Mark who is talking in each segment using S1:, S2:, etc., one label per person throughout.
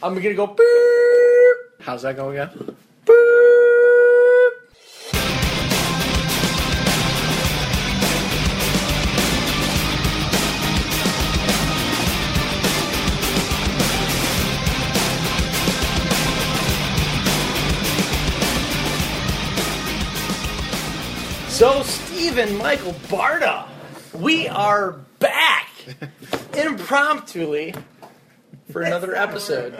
S1: I'm gonna go beep. How's that going again? Beep. So, Stephen Michael Barda, we are back impromptu for another episode.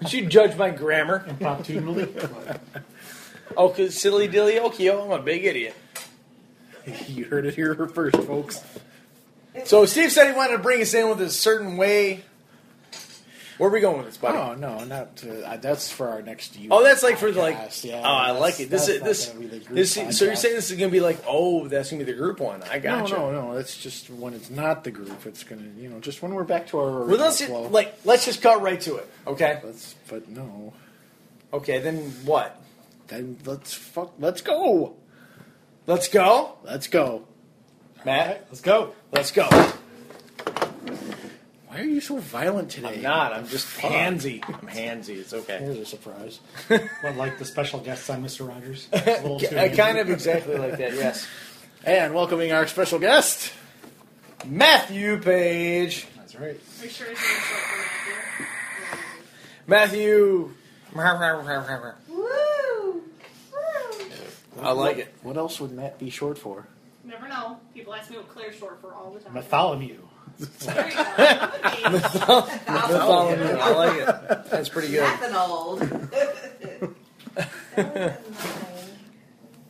S1: Would you judge my grammar?
S2: Impromptu.
S1: Oh, 'cause silly dilly okio, I'm a big idiot.
S2: you heard it here first, folks.
S1: So, Steve said he wanted to bring us in with a certain way. Where are we going with this, buddy?
S2: Oh no, not to, uh, that's for our next year.
S1: Oh, that's like for like.
S2: Podcast, yeah,
S1: oh, I
S2: that's-
S1: like it. This
S2: that's
S1: is
S2: not
S1: this.
S2: gonna be the group
S1: this so you're
S2: podcast.
S1: saying this is gonna be like, oh, that's gonna be the group one. I got gotcha. you.
S2: No, no, no. That's just when it's not the group. It's gonna, you know, just when we're back to our original
S1: Well, let's
S2: flow.
S1: like let's just cut right to it. Okay.
S2: let's, but no.
S1: Okay. Then what?
S2: Then let's fuck. Let's go.
S1: Let's go,
S2: Let's go.
S1: Matt.
S2: Let's go.
S1: Let's go.
S2: Why are you so violent today?
S1: I'm not. I'm just handsy. I'm handsy. It's okay.
S2: Here's a surprise.
S3: But like the special guests on Mr. Rogers. It's a little too
S1: I uh, kind of exactly like that. Yes.
S2: and welcoming our special guest.
S1: Matthew Page.
S3: That's right.
S4: Are you sure it's not something
S1: Matthew.
S4: out there? Woo! Woo!
S1: I like it.
S2: What else would Matt be short for?
S4: Never know. People ask me what Claire's short for all the time.
S3: Bartholomew.
S4: There you go. That would
S1: Bartholomew. I like it. That's pretty good.
S5: That's an old.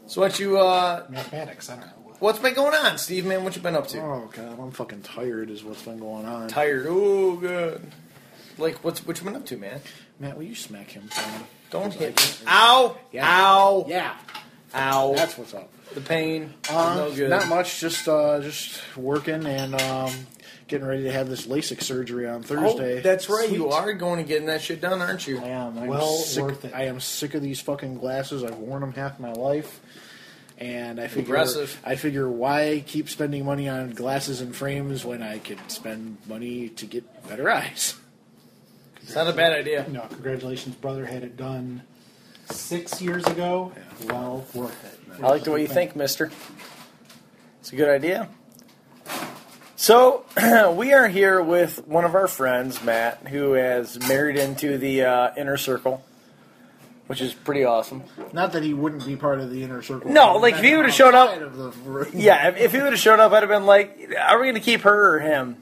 S1: So what you uh,
S3: Mathematics. I don't know.
S1: what's been going on, Steve? Man, what you been up to?
S2: Oh god, I'm fucking tired. Is what's been going on.
S1: Tired. Oh, good. Like, what's what you been up to, man?
S2: Matt, will you smack him? For me?
S1: Don't
S2: Because I
S1: hit.
S2: can't-
S1: me. Ow!
S2: Yeah.
S1: Ow!
S2: Yeah,
S1: Ow!
S2: that's what's up.
S1: the pain. is
S2: Uh,
S1: no good.
S2: Not much. Just uh, just working and um, getting ready to have this LASIK surgery on Thursday.
S1: Oh, that's right. You
S2: Sweet.
S1: are going and getting that shit done, aren't you?
S2: I am. I'm
S3: Well
S2: sick,
S3: worth it.
S2: I am sick of these fucking glasses. I've worn them half my life. And I figure,
S1: Impressive.
S2: I figure, why keep spending money on glasses and frames when I could spend money to get better eyes?
S1: It's not a bad idea.
S3: No, congratulations, brother. Had it done six years ago. Well worth it.
S1: I like the way you think, mister. It's a good idea. So, we are here with one of our friends, Matt, who has married into the uh, inner circle, which is pretty awesome.
S2: Not that he wouldn't be part of the inner circle.
S1: No, like, if he would've showed up-
S2: Outside of the room.
S1: Yeah, if, if he would have shown up, I'd have been like, are we going to keep her or him?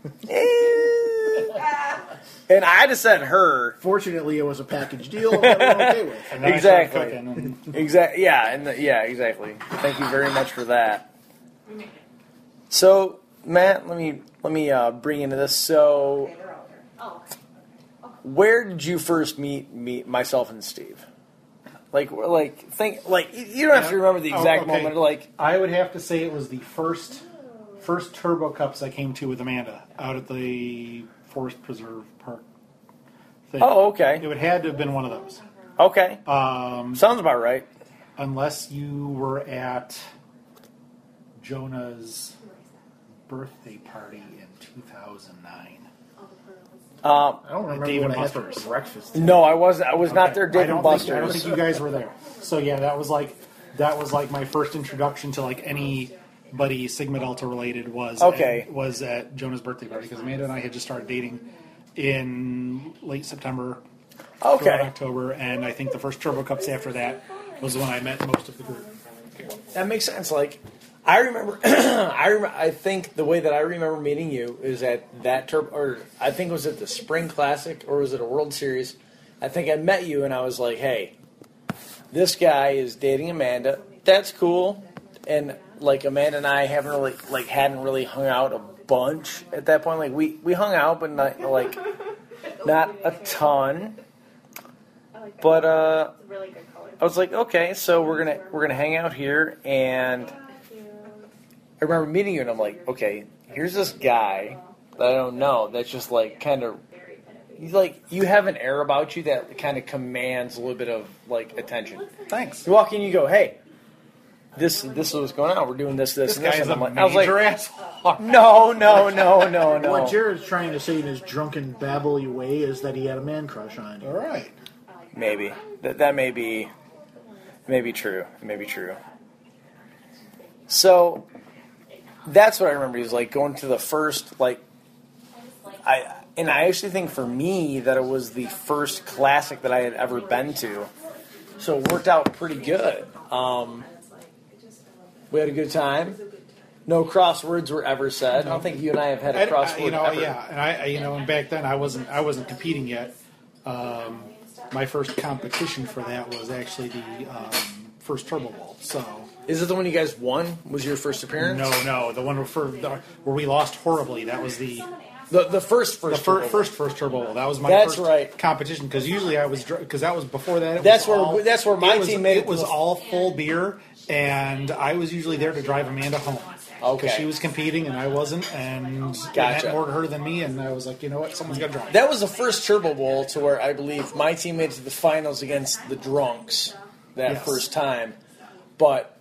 S1: and I'd have said her.
S2: Fortunately, it was a package deal that we're okay with.
S3: And then I started
S1: Exactly.
S3: cooking and
S1: Exactly. Yeah, and the, yeah, exactly. Thank you very much for that.
S4: be. We made it.
S1: So, Matt, let me let me uh, bring into this. So,
S5: Okay, they're older.
S4: Oh,
S1: where did you first meet me, myself, and Steve? Like, we're like, think, like, you- you don't have to remember the
S3: Oh,
S1: exact
S3: okay.
S1: moment. Like,
S3: I would have to say it was the first first Turbo Cups I came to with Amanda out at the Forest Preserve Park. Thing.
S1: oh,
S3: It
S1: okay,
S3: would had to have been one of those.
S1: okay,
S3: Um,
S1: sounds about right.
S3: unless you were at Jonah's birthday party in 2009.
S4: all the pearls.
S1: Um,
S2: I don't remember
S3: Dave and
S2: what I had for
S3: Buster's.
S2: breakfast.
S1: no, I wasn't. I was not there.
S3: I
S1: Dave
S3: don't
S1: and
S3: think- I don't
S1: Buster's.
S3: think you guys were there. So yeah, that was like that was like my first introduction to like anybody Sigma Delta related was
S1: Okay.
S3: at, was at Jonah's birthday party because Amanda and I had just started dating in late September, throughout
S1: Okay,
S3: October, and I think the first Turbo Cups after that was the one I met most of the group.
S1: that makes sense. Like, I remember, I rem- I think the way that I remember meeting you is at that turb, or I think it was at the Spring Classic, or was it a World Series? I think I met you, and I was like, hey, this guy is dating Amanda. That's cool. And like Amanda and I haven't really like hadn't really hung out a bunch at that point. Like we we hung out, but not like not a ton.
S4: I like that.
S1: But uh,
S4: it's a really good color.
S1: I was like, okay, so we're gonna we're gonna hang out here, and I remember meeting you, and I'm like, okay, here's this guy that I don't know. That's just like kind of
S4: Very good.
S1: he's like you have an air about you that kind of commands a little bit of like attention.
S3: Thanks.
S1: You walk in, you go, hey, this this is what's going on. We're doing this, this,
S3: This
S1: and this.
S3: guy's
S1: And
S3: a
S1: I'm like, I was
S3: major
S1: like,
S3: asshole.
S1: All right.
S5: No, no, no, no, no.
S2: What Jared's trying to say in his drunken, babbly way is that he had a man crush on
S3: All
S2: you.
S3: right.
S5: Maybe that that may be, may be true. It may be true.
S1: So that's what I remember. Is like going to the first like I and I actually think for me that it was the first classic that I had ever been to. So it worked out pretty good. Um, we had a good time. No crosswords were ever said. I don't think you and I have had a
S3: And,
S1: crossword
S3: I, uh, you know,
S1: ever.
S3: yeah, and I, I- you know, and back then I wasn't, I wasn't competing yet. Um, my first competition for that was actually the um, first Turbo Bowl. So
S1: Is it the one you guys won? Was your first appearance?
S3: no, no, the one for the, where we lost horribly. That was the
S1: The the first
S3: the
S1: first
S3: fir-
S1: Bowl.
S3: first first Turbo Bowl. That was my
S1: That's
S3: first
S1: right.
S3: competition because usually I was because that was before that. It
S1: That's
S3: was
S1: where-
S3: all-
S1: that's where my
S3: it was-
S1: team made it
S3: It was
S1: to the-
S3: all full beer, and I was usually there to drive Amanda home.
S1: Okay.
S3: she was competing and I wasn't, and
S1: Gotcha.
S3: had more to her than me, and I was like, you know what, someone's got to drive.
S1: That was the first Turbo Bowl to where I believe my team made it to the finals against the Drunks that
S3: Yes.
S1: first time. But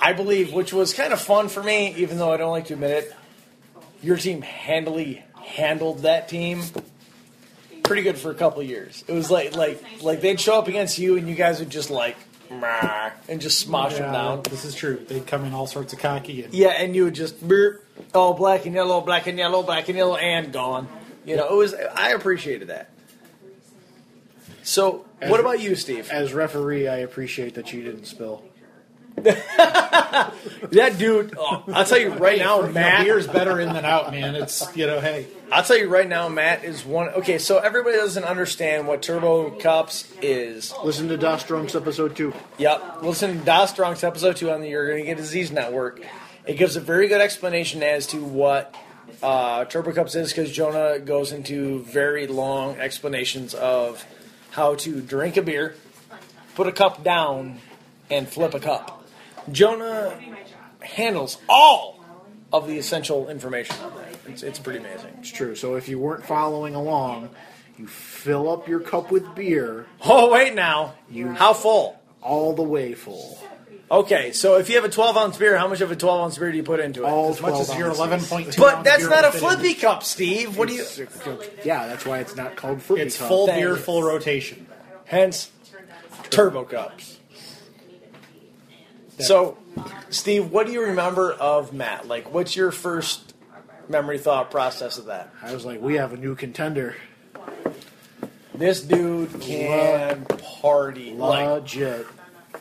S1: I believe, which was kind of fun for me, even though I don't like to admit it, your team handily handled that team pretty good for a couple of years. It was like like like they'd show up against you and you guys would just like "Meh," and just smosh them down.
S3: This is true. They'd come in all sorts of cocky and
S1: Yeah, and you would just burp, all black and yellow, black and yellow, black and yellow, and gone. You know, it was. I appreciated that. So, what about you, Steve?
S2: As referee, I appreciate that you didn't spill.
S1: That dude, oh, I'll tell you right now,
S3: You know,
S1: Matt.
S3: beer's better in than out, man. It's you know, hey,
S1: I'll tell you right now, Matt is one. Okay, so everybody doesn't understand what Turbo Cups is.
S2: Listen to Das Drunks episode two.
S1: Yep. Listen to Das Strong's episode two on the You're Gonna Get Disease Network. It gives a very good explanation as to what uh, Turbo Cups is because Jonah goes into very long explanations of how to drink a beer, put a cup down, and flip a cup. Jonah handles all of the essential information. on that. It's, it's pretty amazing.
S2: It's true. So if you weren't following along, you fill up your cup with beer
S1: Oh, wait now. How full?
S2: all the way full.
S1: Okay, so if you have a 12 ounce beer, how much of a 12 ounce beer do you put into it?
S2: All
S3: as much as your eleven point two.
S1: But that's not a flippy cup, Steve. What do you?
S2: Yeah, that's why it's not called flippy
S3: It's
S2: cup.
S3: full
S1: Thank
S3: beer,
S1: you.
S3: full rotation.
S1: Hence, turbo cups. So, Steve, what do you remember of Matt? Like, what's your first memory thought process of that?
S2: I was like, we have a new contender.
S1: This dude can party like
S2: Legit.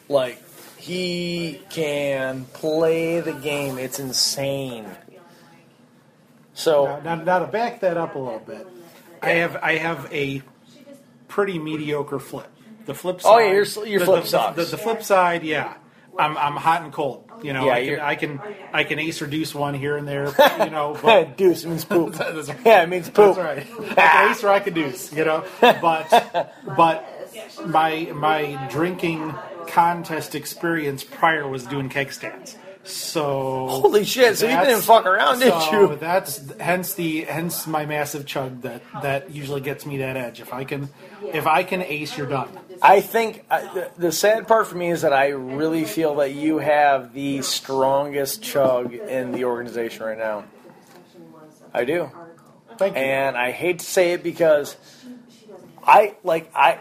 S1: like he can play the game. It's insane.
S3: Now,
S1: So
S3: now, now to back that up a little bit, I have I have a pretty mediocre flip. The flip side.
S1: Oh, yeah, your- your
S3: the,
S1: flip
S3: the,
S1: sucks.
S3: The, the flip side, yeah. I'm I'm hot and cold. You know,
S1: Yeah, you're-
S3: I can I can I can ace or deuce one here and there. You know, but
S1: deuce means poop.
S3: That's right.
S1: Yeah, it means poop.
S3: That's right. I can ace or I can deuce. You know, but but my my drinking contest experience prior was doing keg stands. So
S1: Holy shit! So you
S3: that's-
S1: didn't fuck around, did
S3: so
S1: you?
S3: That's hence the hence my massive chug that that usually gets me that edge. If I can, if I can ace, you're done.
S1: I think uh, the, the sad part for me is that I really feel that you have the strongest chug in the organization right now. I do,
S3: Thank you.
S1: and I hate to say it because I like I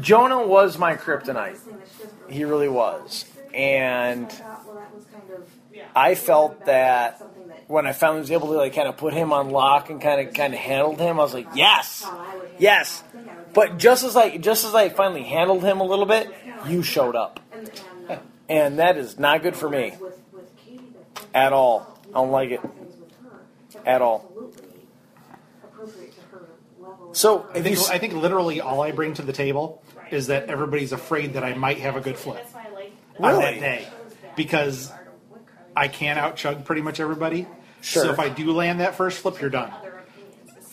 S1: Jonah was my kryptonite. He really was, and I felt that when I finally was able to like kind of put him on lock and kind of kind of handled him, I was like, yes, yes. But just as I just as I finally handled him a little bit, you showed up,
S4: um,
S1: and that is not good for me at all. I don't like it at all. So
S3: I think I think literally all I bring to the table is that everybody's afraid that I might have a good flip
S4: That's why I like.
S3: on
S1: Really?
S3: that day because I can out chug pretty much everybody.
S1: Sure.
S3: So if I do land that first flip, you're done.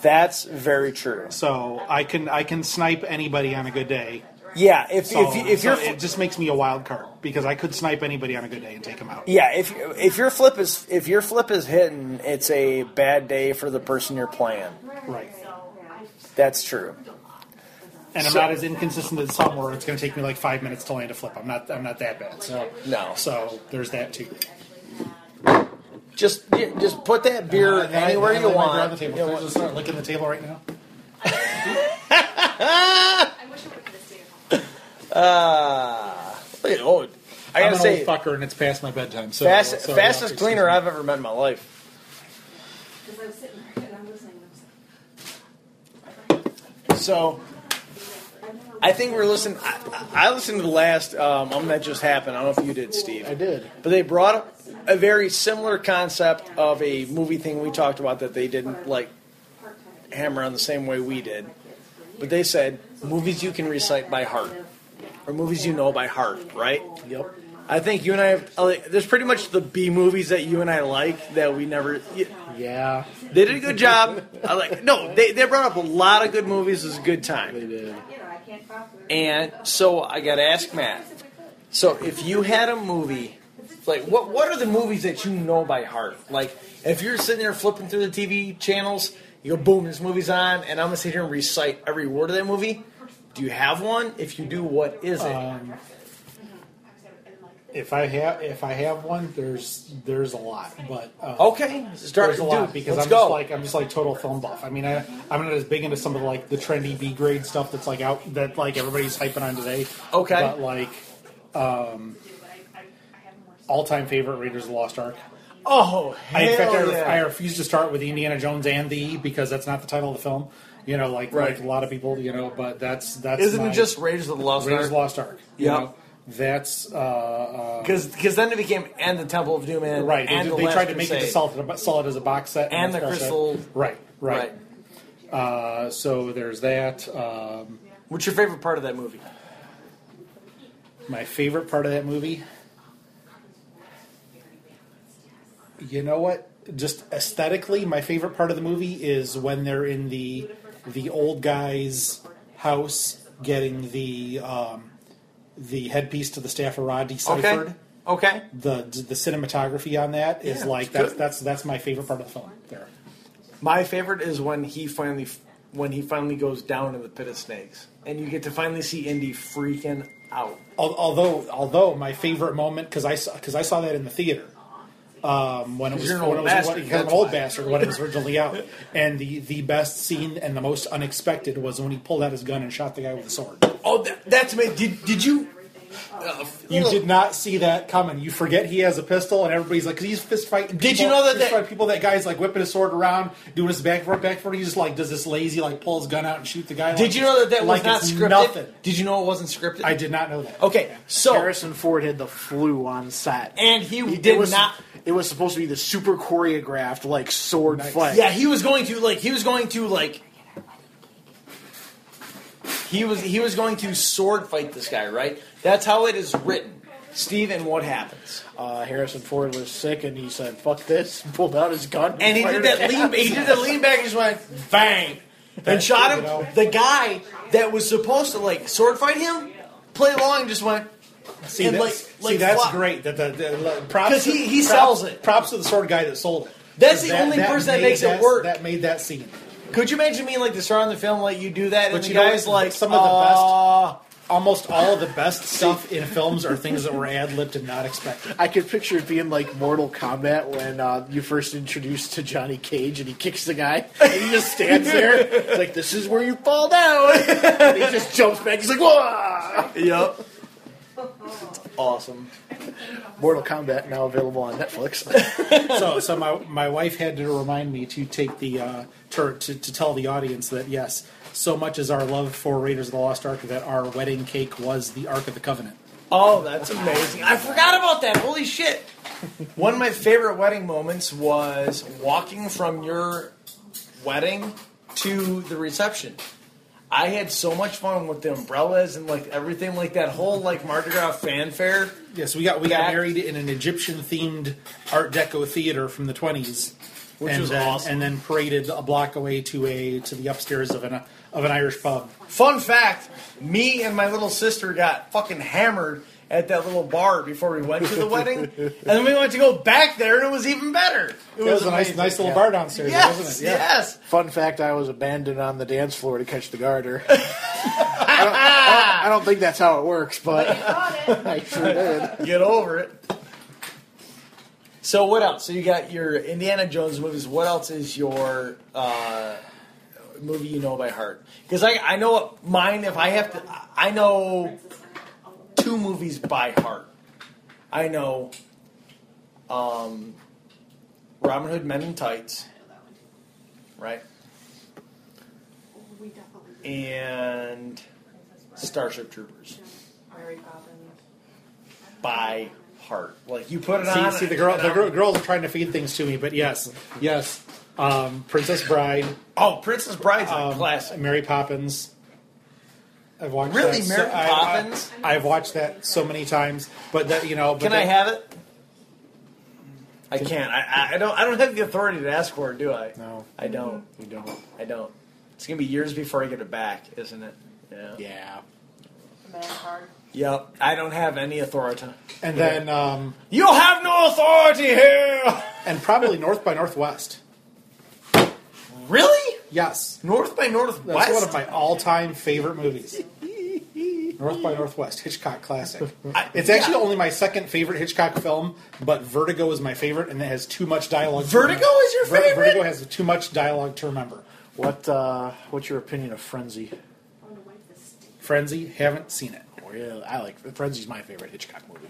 S1: that's very true.
S3: So I can I can snipe anybody on a good day.
S1: Yeah, if
S3: So,
S1: if, you, if
S3: so
S1: you're
S3: it just makes me a wild card because I could snipe anybody on a good day and take them out.
S1: Yeah, if if your flip is if your flip is hitting, it's a bad day for the person you're playing.
S3: Right.
S1: That's true.
S3: and I'm
S1: So-
S3: not as inconsistent as some where it's going to take me like five minutes to land a flip. I'm not. I'm not that bad. So
S1: No.
S3: So there's that too.
S1: Just ju- just put that beer
S3: Uh, now-
S1: anywhere
S3: now
S1: you
S3: lay my beer on
S1: want.
S3: the table.
S1: You know
S3: Can I
S1: what?
S3: just start licking the table right now.
S4: I wish I would have been a stay at home.
S1: Ah, look at oh, I
S3: I'm
S1: gotta
S3: an
S1: say,
S3: old fucker, and it's past my bedtime. So,
S1: fast,
S3: so
S1: fastest
S3: yeah,
S1: cleaner I've ever met in my life.
S4: Because I was sitting there and I'm listening and I was like,
S1: So I think we're listening. I, I I listened to the last um, um that just happened. I don't know if you did, Steve.
S2: I did.
S1: But they brought up a very similar concept of a movie thing we talked about that they didn't like hammer on the same way we did. But they said movies you can recite by heart or movies you know by heart, right?
S2: Yep.
S1: I think you and I have like, there's pretty much the B movies that you and I like that we never y-
S2: Yeah,
S1: they did a good job. I like no, they they brought up a lot of good movies. It was a good
S2: they
S1: time.
S2: did.
S4: you know, I can't talk with her.
S1: And so I got to ask Matt. So if you had a movie, like what what are the movies that you know by heart? Like if you're sitting there flipping through the TV channels, you go boom, this movie's on, and I'm gonna sit here and recite every word of that movie. Do you have one? If you do, what is it?
S3: Um, if I have if I have one, there's there's a lot, but uh,
S1: okay, start
S3: there's a lot
S1: dude,
S3: because
S1: let's
S3: I'm
S1: go.
S3: just like I'm just like total film buff. I mean, I I'm not as big into some of the, like the trendy B grade stuff that's like out that like everybody's hyping on today.
S1: Okay.
S3: but like um, all time favorite Raiders of the Lost Ark.
S1: oh,
S3: I, in fact, I,
S1: hell
S3: ref-
S1: yeah.
S3: I refuse to start with Indiana Jones and the E because that's not the title of the film. You know, like
S1: Right.
S3: like a lot of people, you know, but that's that's
S1: Isn't
S3: my-
S1: it just Raiders of the Lost
S3: Raiders of the
S1: Ark?
S3: Lost Ark?
S1: Yeah.
S3: you know? that's uh, uh,
S1: Because then it became and the Temple of Doom and
S3: Right.
S1: and
S3: they
S1: the
S3: they
S1: Last
S3: tried to make it
S1: Crusade.
S3: to sell it, sell it as a box set.
S1: And
S3: that's
S1: the
S3: got that.
S1: crystal-
S3: Right,
S1: Right.
S3: right. Uh, so there's that. Um,
S1: What's your favorite part of that movie?
S3: my favorite part of that movie. You know what? Just aesthetically, my favorite part of the movie is when they're in the the old guy's house getting the um, the headpiece to the staff of Rod deciphered.
S1: Okay. Okay.
S3: The the cinematography on that is
S1: Yeah,
S3: like
S1: it's
S3: that's
S1: good.
S3: that's that's my favorite part of the film. There.
S1: My favorite is when he finally when he finally goes down in the pit of snakes, and you get to finally see Indy freaking out.
S3: Al- although although my favorite moment because I because I saw that in the theater um, when it
S1: 'Cause
S3: was
S1: you're an
S3: when
S1: old
S3: it was
S1: bastard,
S3: when, 'cause I'm an
S1: that's
S3: old
S1: why.
S3: bastard when it was originally out and the the best scene and the most unexpected was when he pulled out his gun and shot the guy with the sword.
S1: Oh, that, that's me. Did did you? Uh,
S3: You did not see that coming. You forget he has a pistol, and everybody's like, 'cause he's fist fighting.
S1: Did you
S3: people-
S1: know that
S3: fist
S1: they-
S3: fight people that guy's like whipping his sword around, doing his back forward, back forward? He just like does this lazy, like pull his gun out and shoot the guy.
S1: Did
S3: like
S1: you know that that
S3: like
S1: was not
S3: it's
S1: scripted?
S3: Nothing.
S1: Did you know it wasn't scripted?
S3: I did not know that.
S1: Okay, so
S2: Harrison Ford had the flu on set,
S1: and he,
S2: It
S1: did
S2: was-
S1: not.
S2: It was supposed to be the super choreographed like sword
S3: Nice.
S2: fight.
S1: Yeah, he was going to like he was going to like. He was he was going to sword fight this guy, right? That's how it is written. Steve, and what happens?
S2: Uh, Harrison Ford was sick, and he said, "Fuck this!" and Pulled out his gun,
S1: And he did
S2: fired
S1: that
S2: at
S1: lean.
S2: him.
S1: He did that lean back and just went bang, and shot him. The guy that was supposed to like sword fight him, play along, just went.
S3: See,
S1: And,
S3: that's,
S1: like- like
S3: see, that's
S1: fly-
S3: great. That the, the, like, props
S1: 'Cause he- he
S3: props-
S1: sells it.
S3: Props to the sword guy that sold it.
S1: That's
S3: 'Cause
S1: the only person that
S3: made
S1: makes it
S3: that-
S1: work.
S3: That made that scene.
S1: Could you imagine me like the star on the film like you do that, and
S3: But
S1: the
S3: you know
S1: guy's
S3: what?
S1: like
S3: Some of the best-
S1: "Uh,
S3: Almost all of the best stuff in films are things that were ad libbed and not expected.
S2: I could picture it being like Mortal Kombat when uh, you first introduced to Johnny Cage and he kicks the guy and he just stands there. It's like, this is where you fall down. And he just jumps back. He's like, whoa!
S1: Yep. awesome.
S2: Mortal Kombat now available on Netflix.
S3: So, so my my wife had to remind me to take the uh, to, to to tell the audience that yes, so much is our love for Raiders of the Lost Ark that our wedding cake was the Ark of the Covenant.
S1: Oh, that's amazing. I forgot about that. Holy shit. One of my favorite wedding moments was walking from your wedding to the reception. I had so much fun with the umbrellas and like everything like that whole like Mardi Gras fanfare.
S3: Yes, we got we got
S1: Back-
S3: married in an Egyptian themed Art Deco theater from the twenties,
S1: Which
S3: and
S1: was
S3: then,
S1: awesome.
S3: And then paraded a block away to a to the upstairs of an of an Irish pub.
S1: Fun fact, me and my little sister got fucking hammered at that little bar before we went to the wedding. and then we went to go back there and it was even better. It
S3: It was, a nice
S1: amazing.
S3: nice little
S2: yeah.
S3: bar downstairs,
S1: Yes,
S3: wasn't it?
S1: yes.
S2: Fun fact I was abandoned on the dance floor to catch the garter. I, don't, I don't- I don't think that's how it works, but
S4: Got it.
S2: I sure did.
S1: Get over it. So what else? So you got your Indiana Jones movies. What else is your uh, movie you know by heart? Because I I know what mine. If I have to, I know two movies by heart. I know um, Robin Hood Men in Tights, right?
S4: We definitely
S1: And Starship Troopers
S4: Mary Poppins.
S1: by heart. Like you put it
S3: See,
S1: on.
S3: see the girl.
S1: and
S3: The
S1: I'm-
S3: girl, girls are trying to feed things to me, but yes, yes. Um, Princess Bride,
S1: Oh, Princess Bride's a
S3: um,
S1: classic.
S3: Mary Poppins. I've watched
S1: Really,
S3: that
S1: Mary
S3: I- I-
S1: Poppins?
S3: I've watched that so many times, but that you know. But
S1: Can
S3: that,
S1: I have it? I can't. I, I- I don't. I don't have the authority to ask for it, do I?
S3: No,
S1: I don't.
S3: you don't.
S1: I don't. It's gonna be years before I get it back, isn't it? Yeah.
S3: Yeah.
S4: Man Card.
S1: Yep. I don't have any authority.
S3: And then, um,
S1: You have no authority here.
S3: and probably North by Northwest.
S1: Really?
S3: Yes,
S1: North by Northwest.
S3: that's one of my all-time favorite movies. North by Northwest, Hitchcock classic.
S1: I-
S3: It's actually
S1: yeah.
S3: only my second favorite Hitchcock film, but Vertigo is my favorite, and it has too much dialogue. to
S1: Vertigo
S3: remember.
S1: is your
S3: Ver-
S1: favorite?
S3: Vertigo has too much dialogue to remember.
S2: What uh, what's your opinion of Frenzy?
S4: I want to wipe this stink.
S3: Frenzy, haven't seen it.
S2: Well, I like Frenzy's my favorite Hitchcock movie.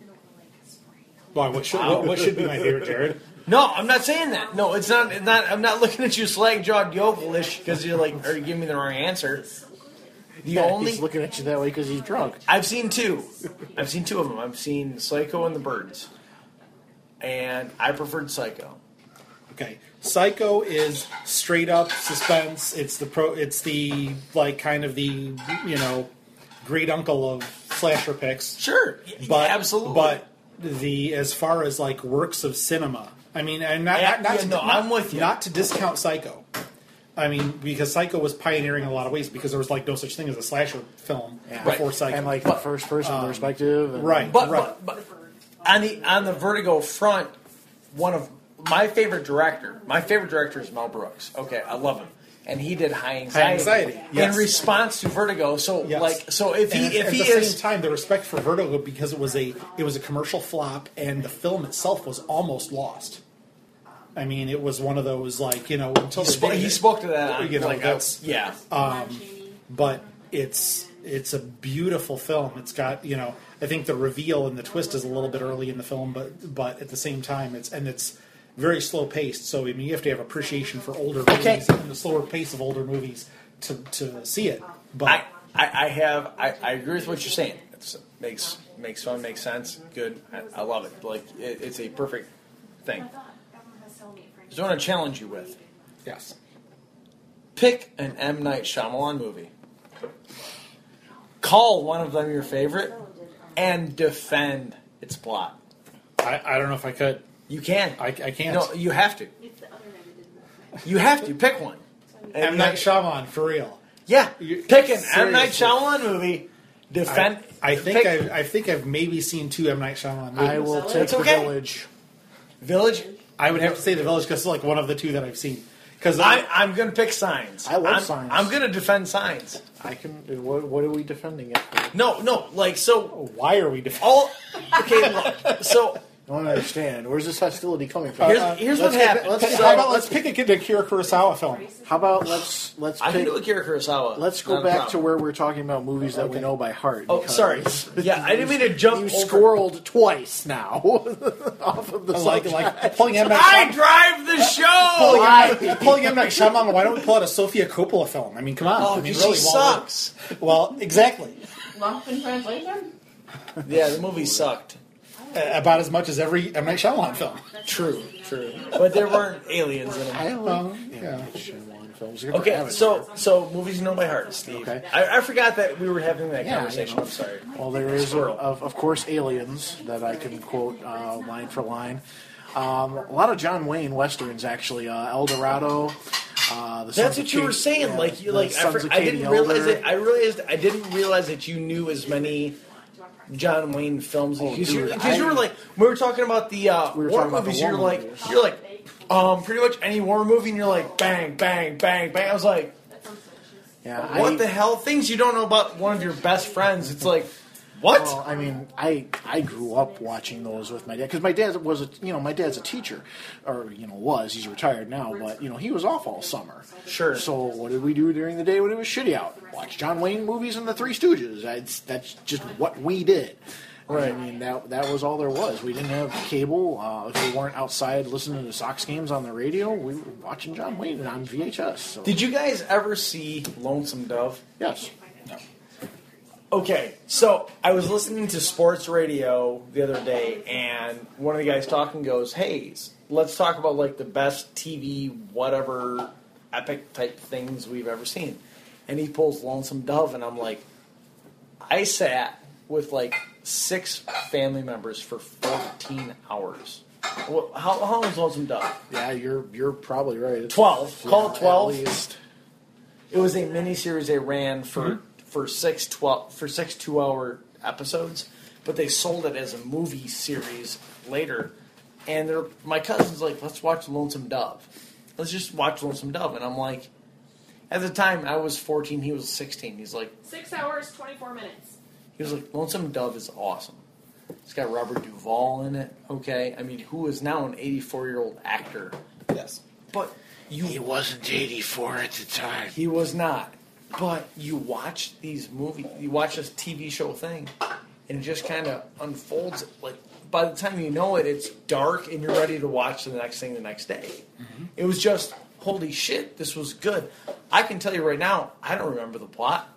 S4: I don't want to like spray.
S3: Why? What should, what, what should be my favorite, Jared?
S1: No, I'm not saying that. No, it's not. It's not. I'm not looking at you slag jawed yovelish because you're like, are you giving me the wrong answer? The
S2: Yeah,
S1: only
S2: he's looking at you that way because he's drunk.
S1: I've seen two. I've seen two of them. I've seen Psycho and the Birds, and I preferred Psycho.
S3: Okay, Psycho is straight up suspense. It's the pro. It's the like kind of the you know great uncle of slasher picks.
S1: Sure,
S3: but
S1: absolutely.
S3: But the as far as like works of cinema, I mean, and not,
S1: Yeah,
S3: not, not
S1: yeah,
S3: to,
S1: no,
S3: not-
S1: I'm with you.
S3: Not to discount Psycho. I mean, because Psycho was pioneering in a lot of ways because there was like no such thing as a slasher film before
S1: Right.
S3: Psycho.
S2: And like the first person
S1: um,
S2: perspective. And,
S3: right,
S1: but,
S3: right.
S1: but but on the on the Vertigo front, one of my favorite director, my favorite director is Mel Brooks. Okay, I love him, and he did High Anxiety,
S3: Anxiety, yes.
S1: in response to Vertigo. So
S3: Yes.
S1: like, so if he
S3: and at,
S1: if
S3: at
S1: he
S3: the
S1: is
S3: same time, the respect for Vertigo because it was a it was a commercial flop, and the film itself was almost lost. I mean, it was one of those like you know until
S1: he,
S3: the
S1: spo-
S3: day
S1: he
S3: that-
S1: spoke to that, on,
S3: You know,
S1: like,
S3: that's-
S1: I, yeah.
S4: Um,
S3: but it's it's a beautiful film. It's got you know I think the reveal and the twist is a little bit early in the film, but but at the same time it's and it's very slow paced. So I mean you have to have appreciation for older
S1: Okay.
S3: movies and the slower pace of older movies to to see it. But
S1: I, I, I have I, I agree with what you're saying. It's, makes makes fun, makes sense, good. I, I love it. Like it, it's a perfect thing. Just want to challenge you with
S3: yes,
S1: pick an M Night Shyamalan movie. Call one of them your favorite and defend its plot.
S3: I, I don't know if I could.
S1: You can.
S3: I, I can't.
S1: No, you have to.
S4: It's the other end that didn't work.
S1: You have to pick one. And
S3: M Night Shyamalan for real.
S1: Yeah,
S3: You-
S1: pick an M Night
S3: seriously.
S1: Shyamalan movie. Defend.
S3: I, I think
S1: pick-
S3: I've, I think I've maybe seen two M Night Shyamalan movies.
S2: I will
S4: It's
S2: take the
S1: okay.
S2: village.
S1: Village.
S3: I would have to say The Village because it's like one of the two that I've seen. Because
S1: I, I'm going to pick signs.
S2: I love
S1: I'm,
S2: signs.
S1: I'm going to defend signs.
S2: I can. What, what are we defending it for? I
S1: No, no, like so.
S3: why are we defending?
S1: All okay. Look, so
S2: don't understand. Where's this hostility coming from?
S1: here's, here's what
S2: Uh, let's get-
S1: happened.
S2: let's
S1: So,
S2: get-
S3: How about let's pick a kid Akira Kurosawa film?
S2: How about let's let's
S1: I can
S2: pick,
S1: do Akira Kurosawa.
S2: let's
S1: Not
S2: go
S1: a
S2: back to
S1: problem.
S2: where we're talking about movies that we
S3: Okay.
S2: know by heart.
S1: Oh,
S2: because
S1: sorry. Yeah, I didn't mean to jump. over.
S2: You squirreled twice now off of the
S3: Like
S2: subject.
S3: like pulling M Night
S1: I
S3: Shyamalan.
S1: drive the show.
S2: Why?
S3: Pulling M Night Shyamalan. Why don't we pull out a Sofia Coppola film? I mean, come on.
S1: Oh,
S3: I mean,
S1: she
S3: really, while
S1: sucks.
S3: we're- Well, exactly.
S6: Lump in translation?
S1: Yeah, the movie sucked.
S3: Uh, about as much as every M Night Shyamalan film.
S1: True, true. But there weren't aliens in it.
S2: I love yeah.
S3: Yeah.
S2: Shyamalan films. You're gonna have
S1: Okay,
S2: it.
S1: so so movies you know by heart, Steve.
S2: Okay.
S1: I, I forgot that we were having that
S2: Yeah,
S1: conversation.
S2: you know.
S1: I'm sorry.
S2: Well, there is,
S1: Squirrel.
S2: of, of course, Aliens that I can quote uh, line for line. Um, a lot of John Wayne westerns, actually. Uh, El Dorado. Uh, the Sons
S1: That's
S2: of
S1: what you were
S2: Kate-
S1: saying.
S2: yeah,
S1: like you
S2: the
S1: like I,
S2: Sons
S1: fr-
S2: of
S1: I
S2: Katie
S1: didn't realize
S2: Elder.
S1: it. I realized I didn't realize that you knew as many John Wayne films
S2: Oh,
S1: because you,
S2: dude,
S1: 'cause you
S2: I-
S1: were like we were talking about the uh,
S2: We were
S1: war
S2: talking about the
S1: movies.
S2: war
S1: you're like
S2: movies.
S1: you're like um pretty much any war movie, and you're like bang bang bang bang. I was like,
S4: That sounds delicious.
S2: Yeah, I,
S1: what the hell? Things you don't know about one of your best friends. It's like
S5: What?
S2: Well, I mean, I I grew up watching those with my dad because my dad was a you know my dad's a teacher, or you know was he's retired now, but you know he was off all summer.
S1: Sure.
S2: So what did we do during the day when it was shitty out? Watch John Wayne movies and the Three Stooges. That's that's just what we did. Right. I mean that that was all there was. We didn't have cable. Uh, if we weren't outside listening to Sox games on the radio, we were watching John Wayne and on VHS. So
S1: Did you guys ever see Lonesome Dove?
S2: yes.
S1: Okay, so I was listening to sports radio the other day, and one of the guys talking goes, "Hey, s- let's talk about like the best TV whatever epic type things we've ever seen," and he pulls Lonesome Dove, and I'm like, I sat with like six family members for 14 hours. Well, how, how long is Lonesome Dove?
S2: Yeah, you're you're probably right. It's-
S1: 12. Call it
S2: at
S1: 12.
S2: least.
S1: It was a miniseries they ran for for six twelve for six two hour episodes, but they sold it as a movie series later. And they're, my cousin's like, let's watch Lonesome Dove. Let's just watch Lonesome Dove. And I'm like, at the time I was 14, he was 16. He's like,
S4: Six hours, 24 minutes.
S1: he was like, Lonesome Dove is awesome. It's got Robert Duvall in it. Okay, I mean, who is now an 84 year old actor,
S3: Yes.
S1: but you
S2: He wasn't 84 at the time.
S1: He was not. But you watch these movies, you watch this TV show thing, and it just kind of unfolds. Like by the time you know it, it's dark, and you're ready to watch the next thing the next day.
S3: Mm-hmm.
S1: It was just holy shit, this was good. I can tell you right now, I don't remember the plot.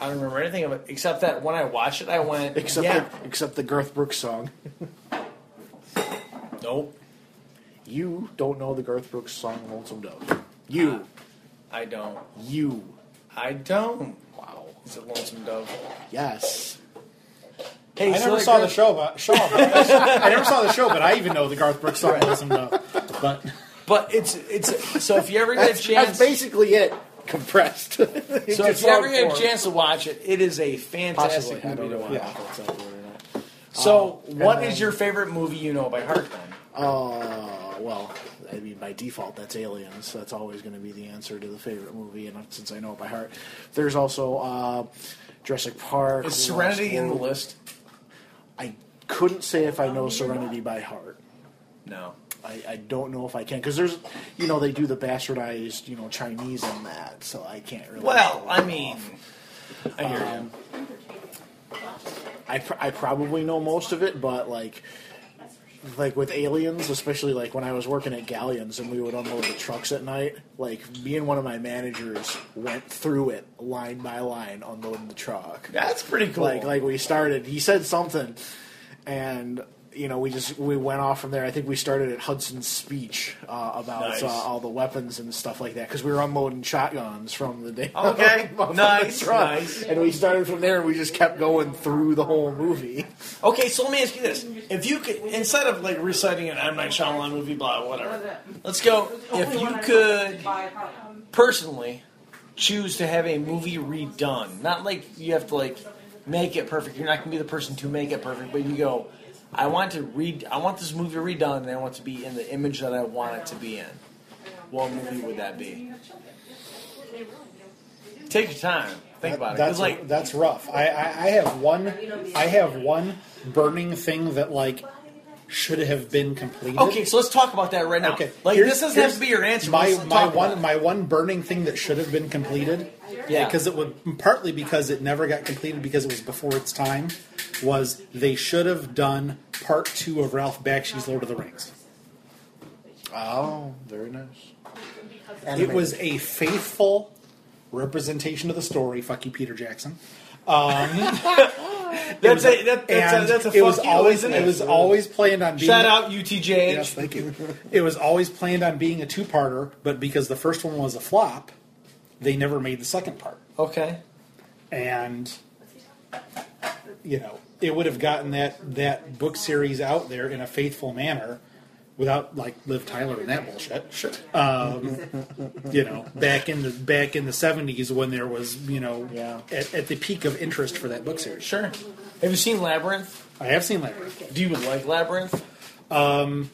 S1: I don't remember anything of it except that when I watched it, I went,
S2: Except
S1: yeah,
S2: the, except the Garth Brooks song.
S1: nope,
S2: You don't know the Garth Brooks song Lonesome Dove. You.
S1: I don't,
S2: You.
S1: I don't.
S2: Wow.
S1: Is it Lonesome Dove?
S2: Yes.
S1: Hey,
S3: I
S1: so
S3: never
S1: that
S3: saw
S1: girl-
S3: the show, but show. About I never saw the show, but I even know the Garth Brooks song. Right. But
S1: but it's it's so if you ever get a
S2: That's,
S1: chance,
S2: that's basically it. Compressed. so
S1: So if you ever get a chance to watch it, it is a
S2: possibly
S1: fantastic
S2: I
S1: movie
S2: don't
S1: to
S2: know
S1: watch.
S3: Yeah.
S2: if it's out there or not.
S1: So,
S2: Um,
S1: what
S2: and
S1: is
S2: then-
S1: your favorite movie you know by heart? Then?
S2: Uh, well, I mean, by default, that's Aliens. That's always going to be the answer to the favorite movie, and since I know it by heart, there's also uh, Jurassic Park.
S1: Is Serenity
S2: Lost
S1: in the
S2: World.
S1: list?
S2: I couldn't say if I know Serenity by heart.
S1: No.
S2: I, I don't know if I can because there's, you know, they do the bastardized, you know, Chinese in that, so I can't really.
S1: Well,
S2: pull
S1: I
S2: it
S1: mean,
S2: off.
S1: I hear
S2: Um,
S1: you.
S2: I pr- I probably know most of it, but like, like with aliens, especially like when I was working at Galleons and we would unload the trucks at night. Like me and one of my managers went through it line by line, unloading the truck.
S1: That's pretty cool.
S2: Like like we started. He said something, and you know we just we went off from there. I think we started at Hudson's speech uh, about
S1: Nice.
S2: uh, all the weapons and stuff like that because we were unloading shotguns from the day.
S1: Okay.
S2: from the
S1: Nice,
S2: truck.
S1: nice.
S2: And we started from there. and We just kept going through the whole movie.
S1: okay, so let me ask you this: If you could, instead of like reciting an M Night Shyamalan movie, blah, whatever, let's go. If you could personally choose to have a movie redone, not like you have to like make it perfect. You're not gonna be the person to make it perfect, but you go, I want to read. I want this movie redone, and I want it to be in the image that I want it to be in. What movie would that be? Take your time. Think about it. 'Cause,
S3: that's
S1: like
S3: that's rough. I, I, I have one I have one burning thing that like should have been completed.
S1: Okay, so let's talk about that right now.
S3: Okay.
S1: Like
S3: Here's-
S1: this doesn't have
S3: here's
S1: to be your answer.
S3: My
S1: Let's talk
S3: my
S1: about
S3: one
S1: it.
S3: my one burning thing that should have been completed
S1: yeah.
S3: because it would partly because it never got completed because it was before its time was they should have done part two of Ralph Bakshi's Lord of the Rings.
S2: Oh, very nice.
S3: It was a faithful representation of the story. Fuck you, Peter Jackson.
S1: that's a that, that's
S3: And
S1: a that's a
S3: it was
S1: fuck you,
S3: always
S1: isn't
S3: it was always planned on being
S1: Shout out UTJH.
S3: Yes, thank you. It was always planned on being a two-parter, but because the first one was a flop, they never made the second part.
S1: Okay.
S3: And you know, it would have gotten that that book series out there in a faithful manner without like Liv Tyler and that bullshit. Sure. Um, you know, back in the back in the 70s when there was, you know,
S2: Yeah.
S3: at, at the peak of interest for that book series.
S1: Sure. Have you seen Labyrinth?
S3: I have seen Labyrinth.
S1: Do you like Labyrinth?
S3: I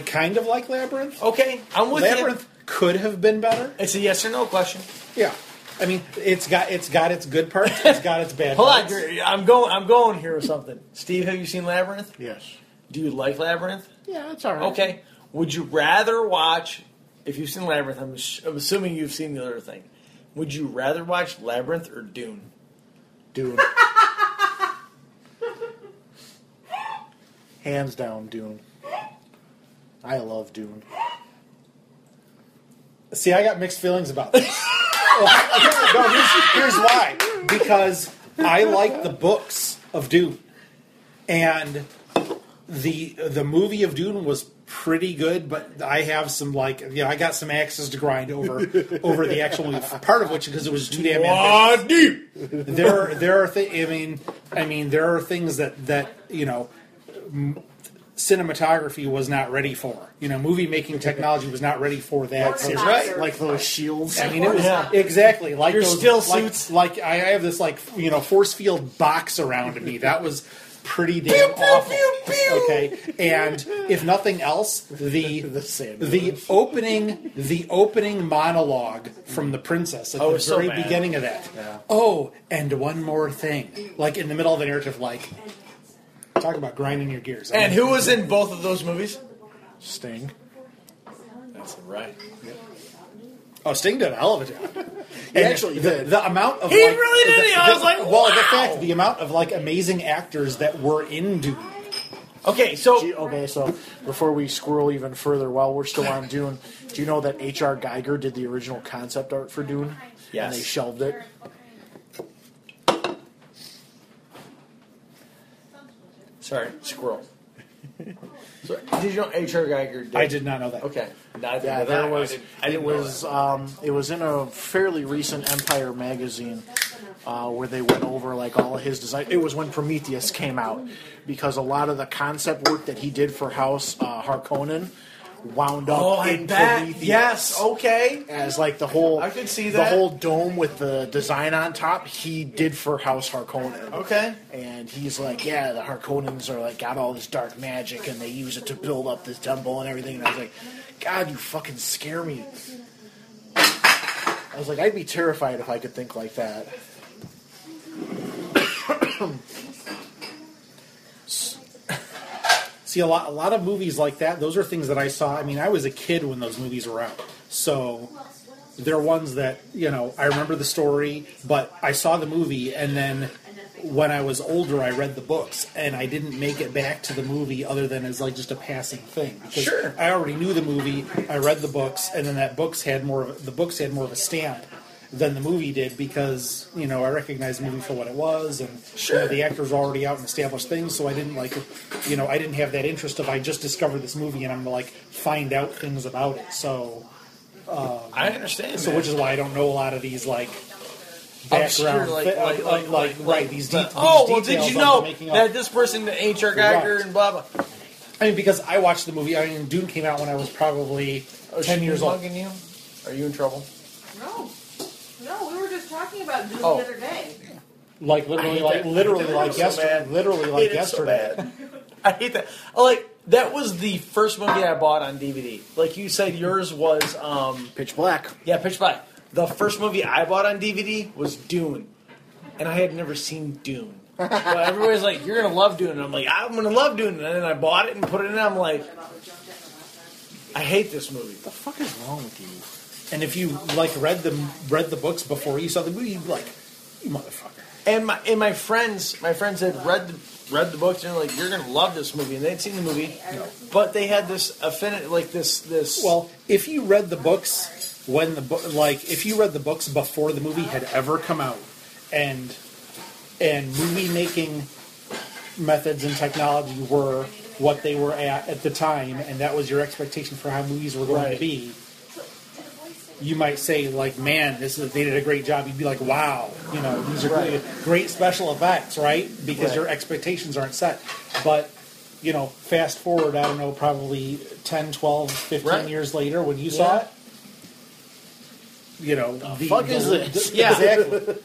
S3: kind of like Labyrinth.
S1: Okay, I'm with you.
S3: Labyrinth could have been better.
S1: It's a yes or no question.
S3: Yeah. I mean, it's got it's got its good parts. It's got its bad
S1: Hold on,
S3: parts.
S1: you're- I'm going. I'm going here with something. Steve, have you seen Labyrinth?
S2: Yes.
S1: Do you like Labyrinth?
S2: Yeah, that's all right.
S1: Okay. Would you rather watch? If you've seen Labyrinth, I'm, ass- I'm assuming you've seen the other thing. Would you rather watch Labyrinth or Dune?
S2: Dune. Hands down, Dune. I love Dune.
S3: See, I got mixed feelings about this. Well, no, here's, here's why. Because I like the books of Dune, and the the movie of Dune was pretty good. But I have some like you know I got some axes to grind over over the actual movie, part of which because it was too damn. ambitious there are, there are th- I mean I mean there are things that that you know m- cinematography was not ready for you know movie making technology was not ready for that
S6: That's
S3: seriously.
S6: right.
S2: Like those shields.
S3: I mean it was
S1: Yeah.
S3: exactly like
S1: Your
S3: those,
S1: still
S3: like-
S1: suits.
S3: like, I have this like you know force field box around me that was pretty damn awful okay and if nothing else the
S2: The sand
S3: the opening the opening monologue from the princess at
S1: Oh,
S3: the
S1: so
S3: very
S1: bad.
S3: beginning of that. Oh, and one more thing, like in the middle of the narrative, like talk about grinding your gears. I
S1: And
S3: mean,
S1: who was in both of those movies?
S2: Sting.
S1: That's right.
S3: Oh, Sting did a hell of a job.
S2: He
S3: And
S2: actually
S3: the,
S2: did.
S3: the amount of
S1: He
S3: like,
S1: really did.
S3: The,
S1: I was like,
S3: well, the
S1: wow.
S3: fact the amount of like amazing actors that were in Dune.
S1: Okay, so
S2: Do you- okay, so before we squirrel even further, while we're still on Dune, do you know that H.R. Geiger did the original concept art for Dune? And
S1: Yes.
S2: they shelved it.
S1: sorry, squirrel. Sorry. Did you know H.R. Geiger? Did?
S3: I did not know that.
S1: Okay. No, I didn't
S2: Yeah,
S1: know
S2: there
S1: that.
S2: was.
S1: I didn't, I didn't
S2: it
S1: know
S2: was.
S1: that.
S2: Um, it was in a fairly recent Empire magazine uh, where they went over like all of his design. It was when Prometheus came out because a lot of the concept work that he did for House uh, Harkonnen wound up
S1: Oh, I
S2: in
S1: bet.
S2: Prometheus.
S1: Yes. Okay.
S2: As like the whole,
S1: I could see
S2: the
S1: that.
S2: whole dome with the design on top. He did for House Harkonnen.
S1: Okay.
S2: And he's like, yeah, the Harkonnens are like got all this dark magic and they use it to build up this temple and everything. And I was like, God, you fucking scare me. I was like, I'd be terrified if I could think like that.
S3: See a lot a lot of movies like that. Those are things that I saw. I mean, I was a kid when those movies were out, so they're ones that you know I remember the story, but I saw the movie, and then when I was older, I read the books, and I didn't make it back to the movie other than as like just a passing thing. Because
S1: Sure.
S3: I already knew the movie. I read the books, and then that books had more of, the books had more of a stamp than the movie did because you know I recognized the movie for what it was, and you know,
S1: Sure.
S3: the actors were already out and established things, so I didn't like, you know, I didn't have that interest of I just discovered this movie and I'm gonna, like find out things about it. So,
S1: I understand.
S3: so
S1: man.
S3: which is why I don't know a lot of these like
S1: Obscure,
S3: background,
S1: like,
S3: thi-
S1: like,
S3: uh,
S1: like, like,
S3: right these, de-
S1: like,
S3: these
S1: Oh, well,
S3: details
S1: did you
S3: I'm
S1: know
S3: making up.
S1: that this person, H.R. Geiger,
S3: Right.
S1: and blah blah.
S3: I mean, because I watched the movie. I mean, Dune came out when I was probably
S1: Oh,
S3: ten
S1: she
S3: years
S1: was
S3: old.
S1: bugging you? Are you in trouble?
S6: No. No, we were just talking about Dune
S1: Oh.
S6: the other day.
S3: Like literally, like literally,
S1: Dude,
S3: like
S1: so
S3: yesterday.
S1: bad.
S3: Literally, like yesterday.
S1: I hate that. I like that was the first movie I bought on DVD. Like you said, yours was um
S2: Pitch Black.
S1: yeah, Pitch Black. The first movie I bought on DVD was Dune, and I had never seen Dune. But everybody's like, "You're gonna love Dune," and I'm like, "I'm gonna love Dune." And then I bought it and put it in. And I'm like, I hate this movie.
S2: The fuck is wrong with you?
S3: And if you like read the read the books before you saw the movie, you'd be like, you motherfucker.
S1: And my and my friends, my friends had read the, read the books and they're like, "You're gonna love this movie," and they'd seen the movie, but they had this affinity, like this this.
S3: Well, if you read the books when the book, like if you read the books before the movie had ever come out, and and movie making methods and technology were what they were at at the time, and that was your expectation for how movies were going
S1: Right.
S3: to be. You might say like, "Man, this is they did a great job." You'd be like, "Wow, you know, these are great, great special effects, right?" Because
S1: Right.
S3: your expectations aren't set. But you know, fast forward, I don't know, probably 10, 12, 15
S1: Right.
S3: years later when you saw
S1: Yeah.
S3: it. You know, the,
S2: fuck is this?
S1: Yeah.
S3: exactly.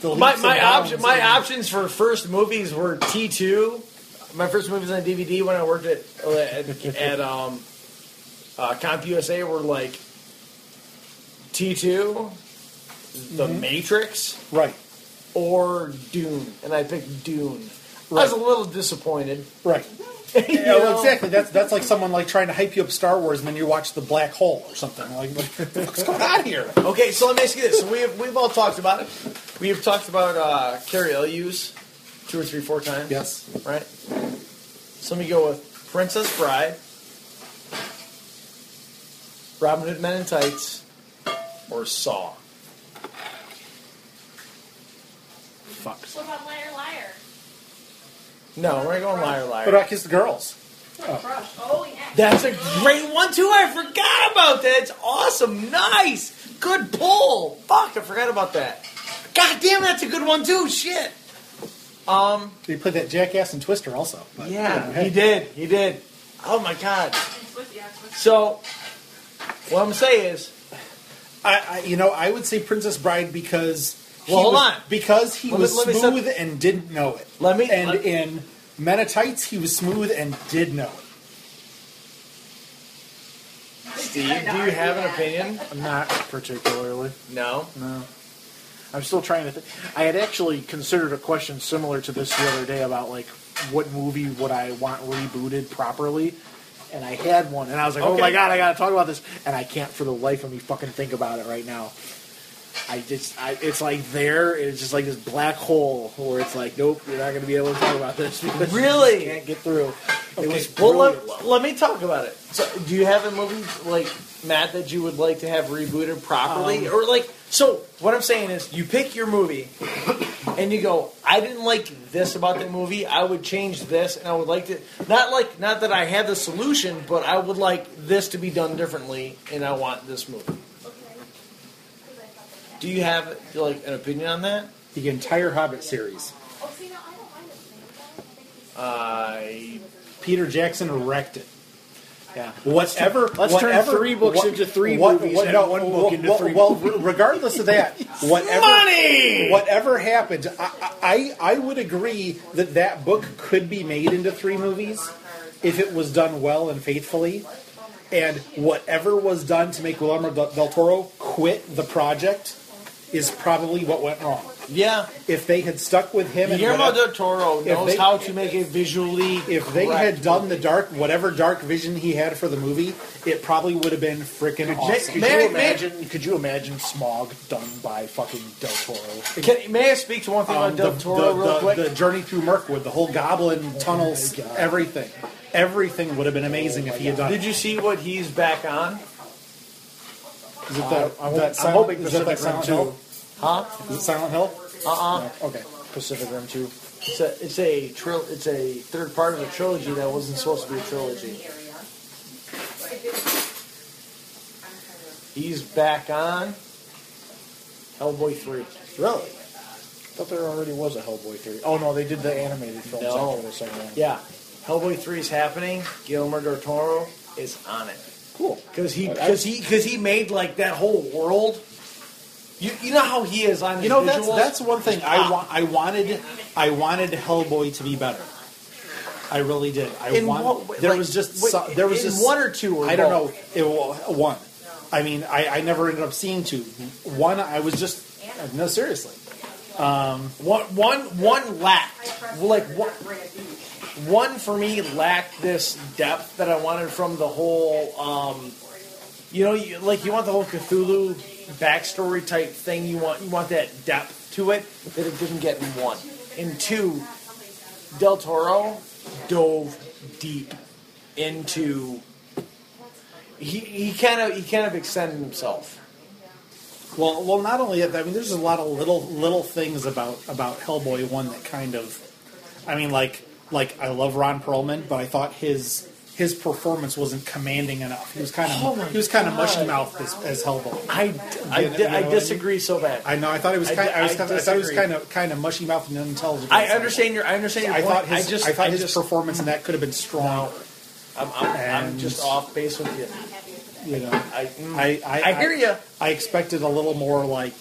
S3: The
S1: my
S3: leaps
S1: my
S3: and bounds
S1: option my
S3: and-
S1: options for first movies were T two. My first movies on DVD when I worked at uh, at, at um, uh, CompUSA were like T two, The
S3: Mm-hmm.
S1: Matrix
S3: Right.
S1: or Dune, and I picked Dune. I was a little disappointed.
S3: Right.
S1: You
S3: Yeah, well,
S1: know?
S3: exactly. That's that's like someone like trying to hype you up Star Wars, and then you watch the black hole or something. Like, what the fuck's going on here?
S1: Okay, so let me ask you this: so we have we've all talked about it. We have talked about uh, Carrie Elwes two or three, four times.
S3: Yes.
S1: Right. So let me go with Princess Bride, Robin Hood Men in Tights, or Saw.
S2: Fuck.
S4: What about liar, liar?
S1: No, we're going Liar Liar.
S3: But I kiss the girls.
S6: Crush.
S4: Oh yeah.
S1: That's a great one too. I forgot about that. It's awesome. Nice. Good pull. Fuck, I forgot about that. God damn, that's a good one too. Shit. Um.
S3: They played that Jackass and Twister also. but-
S1: Yeah,
S3: Hey.
S1: he did. He did. Oh my god.
S4: And Swiss, yeah, Swiss.
S1: So, what I'm gonna say is,
S3: I, I, you know, I would say Princess Bride because. he
S1: Well, hold
S3: was-
S1: on.
S3: Because he
S1: Let me-
S3: was
S1: let me set-
S3: smooth and didn't know it.
S1: Let me-
S3: And
S1: let-
S3: in Men of Tights, he was smooth and did know it.
S1: Steve, do you have an opinion?
S2: Not particularly.
S1: No.
S2: No. I'm still trying to. Th- I had actually considered a question similar to this the other day about like what movie would I want rebooted properly, and I had one, and I was like, oh
S1: Okay.
S2: my god, I gotta talk about this, and I can't for the life of me fucking think about it right now. I just, I, it's like there, it's just like this black hole where it's like, nope, you're not gonna be able to talk about this. Because you
S1: Really?
S2: can't get through. It was
S1: Well,
S2: brilliant.
S1: let, let me talk about it. So, do you have a movie like Matt that you would like to have rebooted properly, or like? So, what I'm saying is, you pick your movie, and you go, "I didn't like this about that movie. I would change this, and I would like to not like not that I had the solution, but I would like this to be done differently, and I want this movie." Do you have like an opinion on that?
S3: The entire Hobbit series.
S4: Oh, see, no, I don't mind this thing. I think he's-
S1: I
S2: Uh.
S3: Peter Jackson wrecked it.
S2: yeah.
S3: Whatever.
S2: Let's turn
S3: whatever,
S2: three books
S3: what-
S2: into three
S3: what-
S2: movies
S3: what-
S2: and
S3: no,
S2: one
S3: well,
S2: book into
S3: well,
S2: three
S3: Well, regardless of that, whatever
S1: money.
S3: whatever happened, I, I I would agree that that book could be made into three movies if it was done well and faithfully. And whatever was done to make Guillermo del del Toro quit the project is probably what went wrong.
S1: Yeah,
S3: If they had stuck with him, and
S1: Guillermo
S3: whatever-
S1: del Toro knows
S3: they-
S1: how to make a visually.
S3: if they
S1: correct
S3: had done the dark whatever dark vision he had for the movie, it probably would have been freaking awesome.
S2: Could
S1: May-
S2: you
S1: may-
S2: imagine? Could you imagine Smog done by fucking Del Toro?
S1: Can, may I speak to one thing
S3: Um,
S1: about Del
S3: the-
S1: Toro
S3: the,
S1: real
S3: the-
S1: quick? Oh
S3: the journey through Mirkwood, the whole goblin tunnels, everything, everything would have been amazing if he had done.
S1: Did you see what he's back on?
S3: Is it that,
S2: I- I'm hoping
S3: that Silent, is that
S2: Pacific
S3: that Silent
S2: Rim
S3: Hill?
S1: Huh?
S3: Is it Silent Hill?
S1: Uh uh
S3: Okay.
S2: Pacific Rim 2.
S1: It's a it's a tril- it's a third part of a trilogy that wasn't supposed to be a trilogy. He's back on Hellboy three.
S2: Really? I thought there already was a Hellboy 3. Oh, no, they did the animated films
S1: No.
S2: after the second one.
S1: Yeah, Hellboy three is happening. Guillermo del Toro is on it.
S2: Cool.
S1: Cause he, cause he, cause he made like that whole world. You, you know how he is on his
S3: You know that's
S1: visuals? Ah.
S3: that's one thing I wa- I wanted I wanted Hellboy to be better. I really did. I
S1: In
S3: wanted,
S1: what way-
S3: there
S1: like,
S3: was just
S1: wait,
S3: so- there was
S1: in
S3: just
S1: one or two or
S3: I don't
S1: both?
S3: know. It wa- one. I mean, I, I never ended up seeing two. One, I was just no seriously.
S1: one one one lacked like one, one for me lacked this depth that I wanted from the whole. Um, you know, you, like you want the whole Cthulhu backstory type thing. You want you want that depth to it that it didn't get in one. In two, Del Toro dove deep into. He he kind of he kind of extended himself.
S3: Well, well, not only that. I mean, there's a lot of little little things about about Hellboy one that kind of, I mean, like like I love Ron Perlman, but I thought his his performance wasn't commanding enough. He was kind
S1: Oh
S3: of
S1: my
S3: he was kind of
S1: God.
S3: mushy mouthed as, as Hellboy.
S1: I I,
S3: You know- you know what I
S1: I
S3: mean?
S1: disagree so bad.
S3: I know. I thought it was
S1: I
S3: kind. I,
S1: di-
S3: was
S1: I
S3: kind of, I thought it was
S1: disagree.
S3: kind of kind of mushy mouthed and unintelligent.
S1: I understand your. I understand your
S3: I
S1: point.
S3: thought his
S1: I just.
S3: I thought
S1: I
S3: his
S1: just,
S3: performance in that could have been stronger.
S1: I'm, I'm, I'm
S3: and-
S1: just off base with you.
S3: You know,
S1: I. mm,
S3: I I,
S1: I hear ya.
S3: I expected a little more like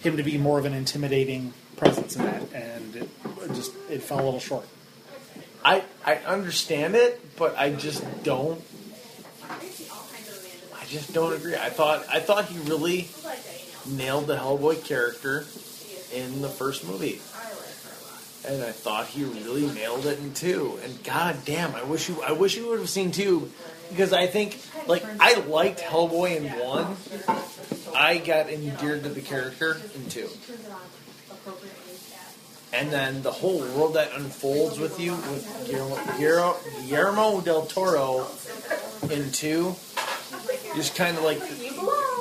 S3: him to be more of an intimidating presence in that, and it just it fell a little short.
S1: I. I understand it, but I just don't. I just don't agree. I thought. I thought he really. nailed the Hellboy character in the first movie. And I thought he really nailed it in two. And god damn, I wish you I wish you would have seen two because I think like I liked Hellboy in one. I got endeared to the character in two. And then the whole world that unfolds with you with Guillermo, Guillermo, Guillermo del Toro in two just kind of like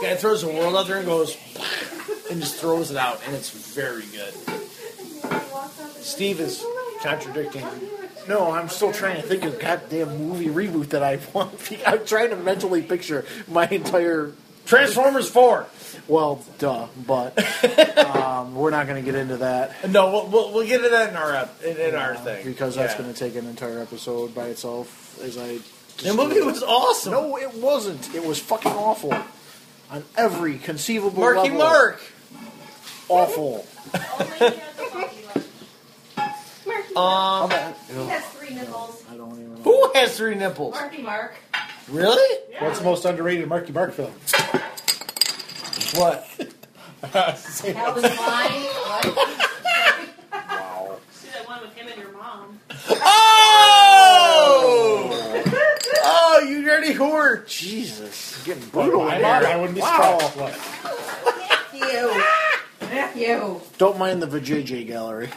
S1: guy throws the world out there and goes and just throws it out and it's very good steve is contradicting
S2: No, I'm still trying to think of goddamn movie reboot that I want. I'm trying to mentally picture my entire
S1: transformers 4
S2: well, duh, but um, we're not going to get into that
S1: no we'll, we'll, we'll get to that in our ep- in, in our thing
S2: because that's
S1: Yeah.
S2: going to take an entire episode by itself. As I
S1: the movie was awesome
S2: no, it wasn't. It was fucking awful on every conceivable
S1: marky
S2: level.
S1: mark
S2: awful.
S1: um
S4: He has three nipples.
S2: I don't even. Know.
S1: who has three nipples
S6: Marky Mark.
S1: really
S3: What's the most underrated Marky Mark film?
S1: what
S6: That was mine. See that one with him and your mom.
S1: oh oh you dirty whore
S2: Jesus, you're getting
S3: Why
S2: brutal in
S3: not?
S2: here.
S3: I wouldn't be
S2: Wow.
S3: surprised. Look,
S6: You. You.
S2: Don't mind the vajayjay gallery.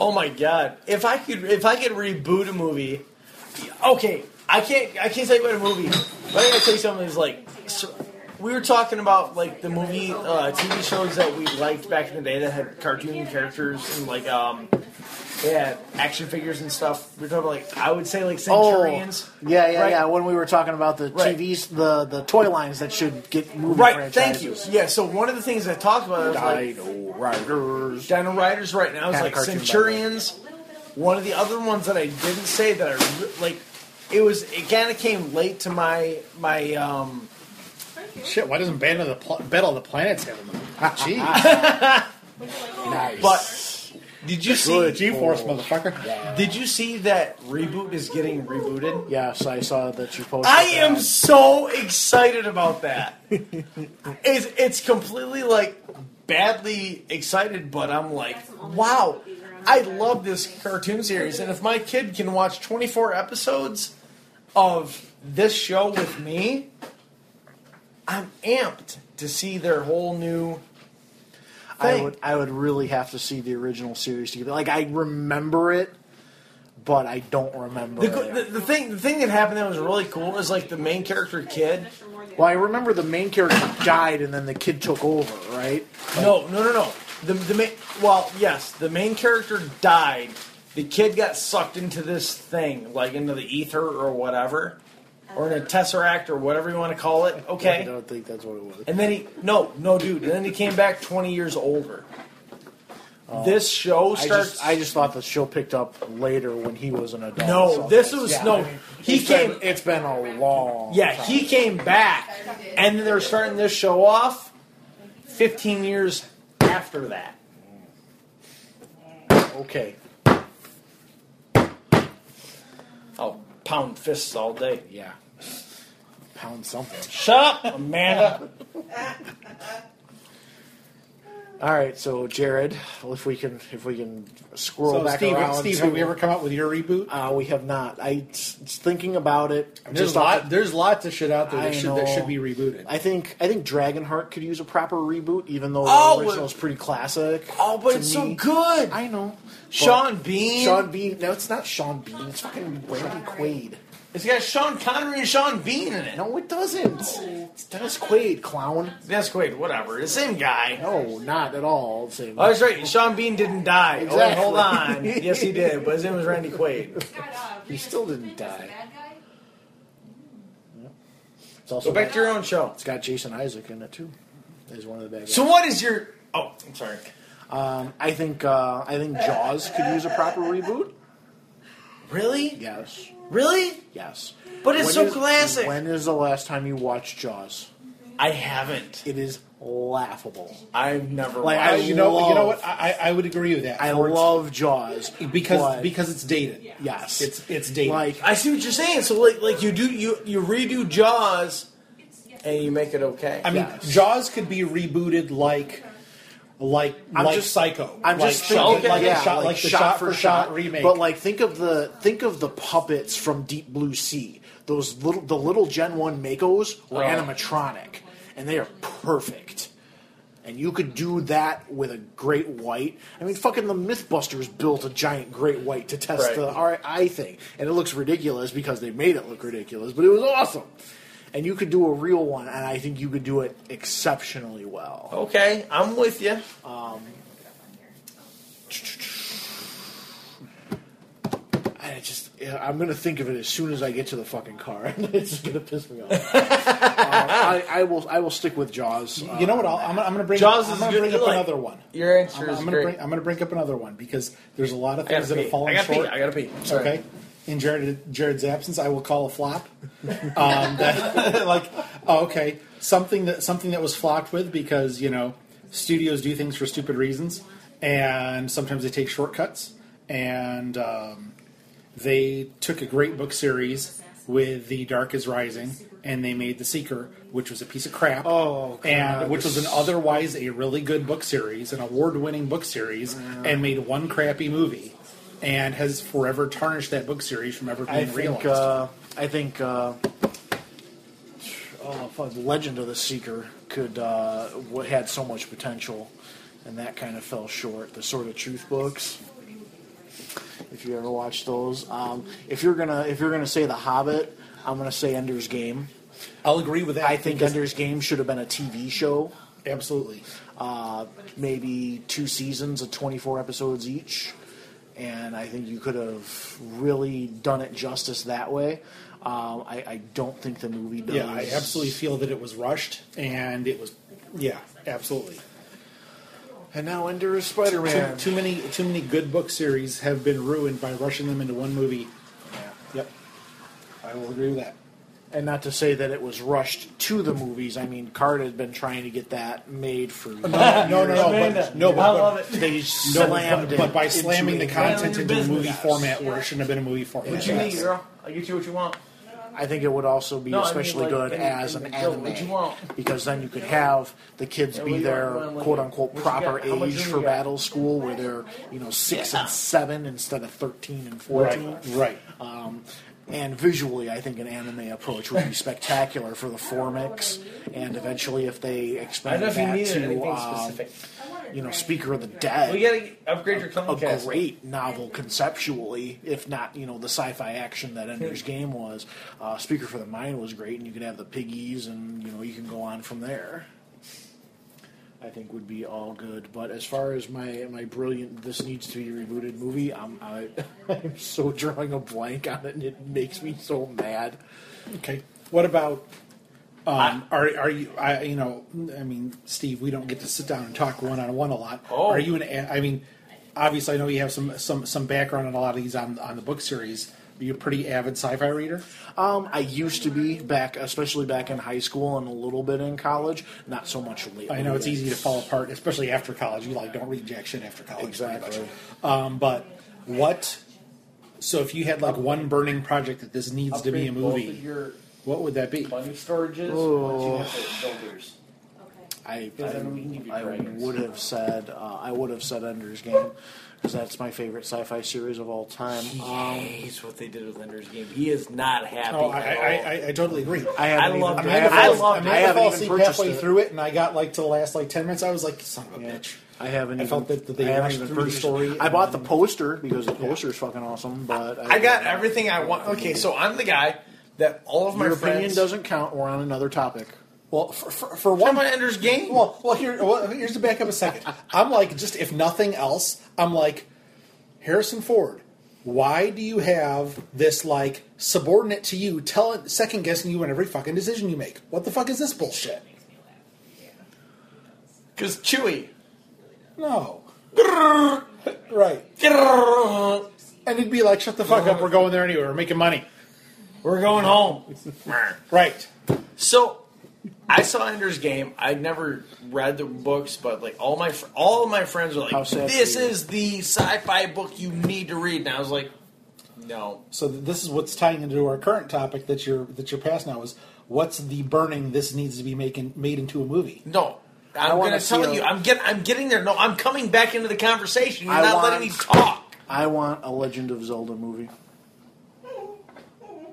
S1: Oh my god! If I could, if I could reboot a movie, okay, I can't, I can't say about a movie, but I gotta tell you something. Is like, so- we were talking about like the movie, uh, TV shows that we liked back in the day that had cartoon characters and like, um, they had action figures and stuff. We were talking about like, I would say like Centurions.
S2: Oh, yeah, yeah,
S1: right?
S2: yeah. When we were talking about the
S1: Right.
S2: TVs, the the toy lines that should get movie
S1: Right, thank you.
S2: franchises.
S1: Yeah, so one of the things I talked about is like
S2: Dino Riders.
S1: Dino Riders right now is
S2: Had a
S1: like
S2: cartoon by
S1: Centurions. One of the other ones that I didn't say that I re- like, it was it kind of came late to my my um
S3: shit, why doesn't Band of the Pl- Battle of the Planets have them? Jeez,
S2: Nice.
S1: but did you see
S3: good G-force, motherfucker.
S1: did you see that reboot is getting rebooted?
S2: yes, I saw that you posted.
S1: I am
S2: that.
S1: so excited about that. it's it's completely like badly excited, but I'm like, wow, I love this cartoon series, and if my kid can watch 24 episodes of this show with me, I'm amped to see their whole new.
S2: I
S1: thing.
S2: would. I would really have to see the original series to get. Like I remember it, but I don't remember.
S1: The,
S2: it.
S1: co- the, the thing the thing that happened that was really cool is like the main character kid.
S2: well, I remember the main character died, and then the kid took over. Right?
S1: No, no, no, no. The the main well, yes, the main character died. The kid got sucked into this thing, like into the ether or whatever, or in a tesseract or whatever you want to call it.
S2: I
S1: Okay.
S2: don't think that's what it was.
S1: And then he no, no, dude. And then he came back twenty years older. This show
S2: Oh. I
S1: starts.
S2: just, I just thought the show picked up later when he was an adult.
S1: No,
S2: so
S1: this
S2: that's-
S1: was- no, he
S2: it's been-
S1: came-
S2: it's been a long.
S1: yeah,
S2: time.
S1: he came back, and then they're starting this show off fifteen years after that.
S2: Okay.
S1: I'll Oh, pound fists all day.
S2: Yeah. Pound something.
S1: Shut up, Amanda.
S2: All right, so Jared, if we can, if we can scroll
S3: So,
S2: back
S3: Steve,
S2: around.
S3: Steve,
S2: to-
S3: have we ever come out with your reboot?
S2: Uh, we have not. I s- thinking about it.
S3: There's
S2: off
S3: lot.
S2: the-
S3: there's lots of shit out there
S2: I
S3: that should, that
S2: know.
S3: should be rebooted.
S2: I think I think Dragonheart could use a proper reboot, even though
S1: Oh,
S2: the original's pretty classic.
S1: Oh, but
S2: to
S1: it's
S2: me.
S1: so good.
S2: I know.
S1: Sean Bean.
S2: Sean Bean. No, it's not Sean Bean. It's fucking Randy Quaid.
S1: It's got Sean Connery and Sean Bean in it.
S2: No, it doesn't. It's Dennis Quaid, clown.
S1: That's great. Whatever. The same guy.
S2: No, not at all. Same.
S1: Oh, that's right. Sean Bean didn't die. Oh, wait,
S2: Exactly.
S1: hold on. yes, he did. But his name was Randy Quaid.
S4: uh,
S2: He still didn't die. It's also
S1: Go back to your own show.
S2: It's got Jason Isaac in it too. Is one of the bad guys.
S1: So what is your? Oh, I'm sorry.
S2: um, I think uh, I think Jaws could use a proper reboot.
S1: Really?
S2: Yes,
S1: Really?
S2: yes.
S1: But it's
S2: When
S1: so
S2: is-
S1: classic.
S2: When is the last time you watched Jaws?
S1: I haven't.
S2: It is laughable.
S1: I've never.
S2: Like,
S1: watched
S3: I-
S2: I
S3: you know, you
S2: love-
S3: know what? I, I I would agree with that
S2: I
S3: For it's-
S2: love Jaws
S3: because
S2: but-
S3: because it's dated.
S2: yes,
S3: It's it's dated.
S2: like
S1: I see what you're saying. So like, like you do, you you redo Jaws, and you make it okay.
S3: I mean,
S2: Yes.
S3: Jaws could be rebooted like, like,
S2: I'm
S3: like
S2: just-
S3: Psycho.
S2: I'm
S3: like
S2: just
S3: shot-
S2: thinking,
S3: like,
S2: like, yeah,
S3: a shot, like, the shot, for shot, remake.
S2: But like, think of the think of the puppets from Deep Blue Sea. Those little the little Gen One Makos
S3: Oh.
S2: were animatronic, and they are perfect. And you could do that with a great white. I mean, fucking the MythBusters built a giant great white to test
S1: Right.
S2: the RI thing, and it looks ridiculous because they made it look ridiculous, but it was awesome. And you could do a real one, and I think you could do it exceptionally well.
S1: okay, I'm with you.
S2: I just, I'm gonna think of it as soon as I get to the fucking car. it's gonna piss me off. Uh, I, I will, I will stick with Jaws. uh,
S3: you know what? I'll, I'm, I'm going to bring.
S1: Jaws
S3: up,
S1: is
S3: I'm going
S1: good,
S3: to bring up
S1: like-
S3: another one.
S1: Your answer
S3: I'm,
S1: is
S3: I'm gonna
S1: great.
S3: bring, I'm gonna bring up another one because there's a lot of
S1: I gotta
S3: things that have
S1: pee.
S3: fallen
S1: I gotta pee.
S3: short.
S1: I gotta pee. Sorry.
S3: Okay. In Jared Jared's absence, I will call a flop. Um, that, like, oh, okay, something that something that was flopped with because you know studios do things for stupid reasons, and sometimes they take shortcuts. And um, they took a great book series with The Dark Is Rising, and they made The Seeker, which was a piece of crap.
S2: Oh, God,
S3: and which was an
S2: this-
S3: otherwise a really good book series, an award-winning book series, and made one crappy movie, and has forever tarnished that book series from ever being
S2: I think,
S3: realized.
S2: uh, I think, uh, oh fuck, the Legend of the Seeker could uh, what had so much potential, and that kind of fell short. The Sword of Truth books. If you ever watch those, um, if you're gonna if you're gonna say The Hobbit, I'm gonna say Ender's Game.
S3: I'll agree with that.
S2: I think
S3: because-
S2: Ender's Game should have been a TV show.
S3: absolutely.
S2: uh, maybe two seasons of 24 episodes each. And I think you could have really done it justice that way. Um, I, I don't think the movie does.
S3: Yeah, I absolutely feel that it was rushed, and it was, yeah, absolutely.
S2: And now Ender is Spider
S3: Too,
S2: Man.
S3: too many, too many good book series have been ruined by rushing them into one movie. Yep, I will agree with that.
S2: And not to say that it was rushed to the movies. I mean, Card had been trying to get that made for.
S3: No, no, no, but, no, but,
S1: I love it.
S2: They
S3: No,
S2: slammed
S3: but, but by slamming the
S2: con-
S3: content
S1: Family
S3: into a movie
S1: business.
S3: format where it shouldn't have been a movie format.
S1: What you need, girl? I get you what you want.
S2: I think it would also be
S1: No, I mean,
S2: especially
S1: like,
S2: good
S1: in-
S2: as
S1: in
S2: an
S1: the guild,
S2: anime.
S1: what you want?
S2: because then you could have the kids
S1: Yeah,
S2: be
S1: what do you
S2: their
S1: want? What do you want?
S2: quote unquote
S1: What you got?
S2: proper
S1: How much
S2: age
S1: room
S2: for
S1: you got?
S2: battle school where they're you know six
S1: Yeah.
S2: and seven instead of 13 and 14
S3: Right, right.
S2: Um, and visually i think an anime approach would be spectacular for the formix and eventually if they
S1: I don't
S2: expand
S1: know if you
S2: that
S1: needed
S2: to
S1: anything
S2: um,
S1: specific.
S2: you know speaker of the
S1: We
S2: dead
S1: gotta upgrade your
S2: a
S1: Chromecast.
S2: great novel conceptually, if not you know the sci-fi action that Ender's Game was. Uh, Speaker for the Mind was great, and you could have the piggies, and you know you can go on from there. I think would be all good. But as far as my my brilliant, this needs to be rebooted movie, I'm I, I'm so drawing a blank on it, and it makes me so mad.
S3: Okay. What about? Um, are are you? I you know. I mean, Steve, we don't get to sit down and talk one on one a lot.
S1: Oh.
S3: Are you an? a- I mean, obviously, I know you have some some some background on a lot of these on on the book series. Are you a pretty avid sci-fi reader?
S2: Um, I used to be back, especially back in high school and a little bit in college. Not so much lately.
S3: I know it's easy to fall apart, especially after college. You like don't read jack shit after college. pretty much.
S2: Exactly.
S3: Um, but what? So if you had like one burning project that this needs to be a
S1: Upgrade both of
S3: movie,
S1: your
S3: what would that be?
S1: money storages
S2: Oh.
S1: once you hit the builders.
S2: I,
S1: Because then we can give you
S2: I
S1: ratings.
S2: would have said uh, I would have said Ender's Game because that's my favorite sci-fi series of all time. Um,
S1: hates what they did with Ender's Game. He is not happy.
S3: Oh, I, I, I, I totally agree.
S2: I haven't
S1: I love
S2: even,
S1: it.
S2: I haven't,
S1: I
S2: even-
S1: love it.
S2: I
S3: I, I
S2: haven't
S3: fell
S2: even
S3: asleep
S2: purchased
S3: halfway
S2: it.
S3: through it, and I got like to the last like ten minutes. I was like, "Son of a bitch!"
S2: I haven't.
S3: I
S2: even,
S3: felt that- that they
S2: I haven't
S3: rushed
S2: even
S3: through the
S2: purchased it.
S3: story
S2: I
S3: and
S2: bought the
S3: then-
S2: poster because the poster is fucking awesome. But I,
S1: I got everything I want. Okay, so I'm the guy that all of my
S2: Your
S1: friends.
S2: opinion doesn't count. We're on another topic.
S3: Well, for, for, for
S1: Talking
S3: one,
S1: about Ender's Game.
S3: well, well, here, well, here's the back up a second. I'm like, just if nothing else, I'm like, Harrison Ford, why do you have this like subordinate to you, tell second guessing you in every fucking decision you make? What the fuck is this bullshit?
S1: Because Chewy.
S3: No, right? And it'd be like, "Shut the fuck up! We're going there anyway. We're making money."
S1: We're going home.
S3: Right.
S1: so, I saw Ender's Game. I never read the books, but like all my fr- all of my friends were
S2: How
S1: like,
S2: sad for
S1: "This
S2: you."
S1: is the sci-fi book you need to read." And I was like, No.
S3: So th- this is what's tying into our current topic that you're that you're past now is what's the burning this needs to be making made into a movie.
S1: No.
S2: I
S1: I'm
S2: wanna
S1: going to
S2: see
S1: tell
S2: a-
S1: you. I'm get. I'm getting there. No, I'm coming back into the conversation. You're
S2: I
S1: not
S2: want-
S1: letting me talk.
S2: I want a Legend of Zelda movie.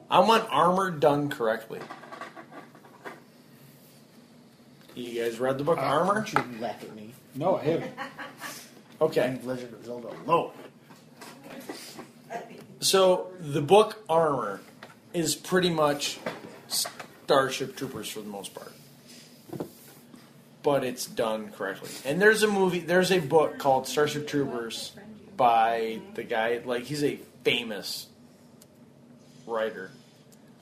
S1: I want armor done correctly. You guys read the
S2: Uh,
S1: book Armor?
S2: Don't you laugh at me.
S3: No, I haven't.
S1: Okay.
S2: Legend of Zelda alone.
S1: Oh. So the book Armor is pretty much Starship Troopers for the most part, but it's done correctly. And there's a movie, there's a book called Starship Troopers by the guy. Like he's a famous writer.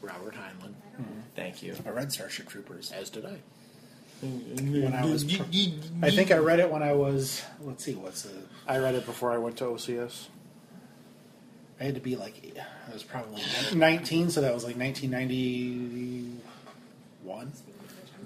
S2: Robert Heinlein.
S1: Thank you.
S3: I read Starship Troopers.
S2: As did I.
S1: When
S3: I was- I think I read it when I was let's see what's the
S2: I read it before I went to OCS.
S3: I had to be like I was probably 19 so that was like 1991.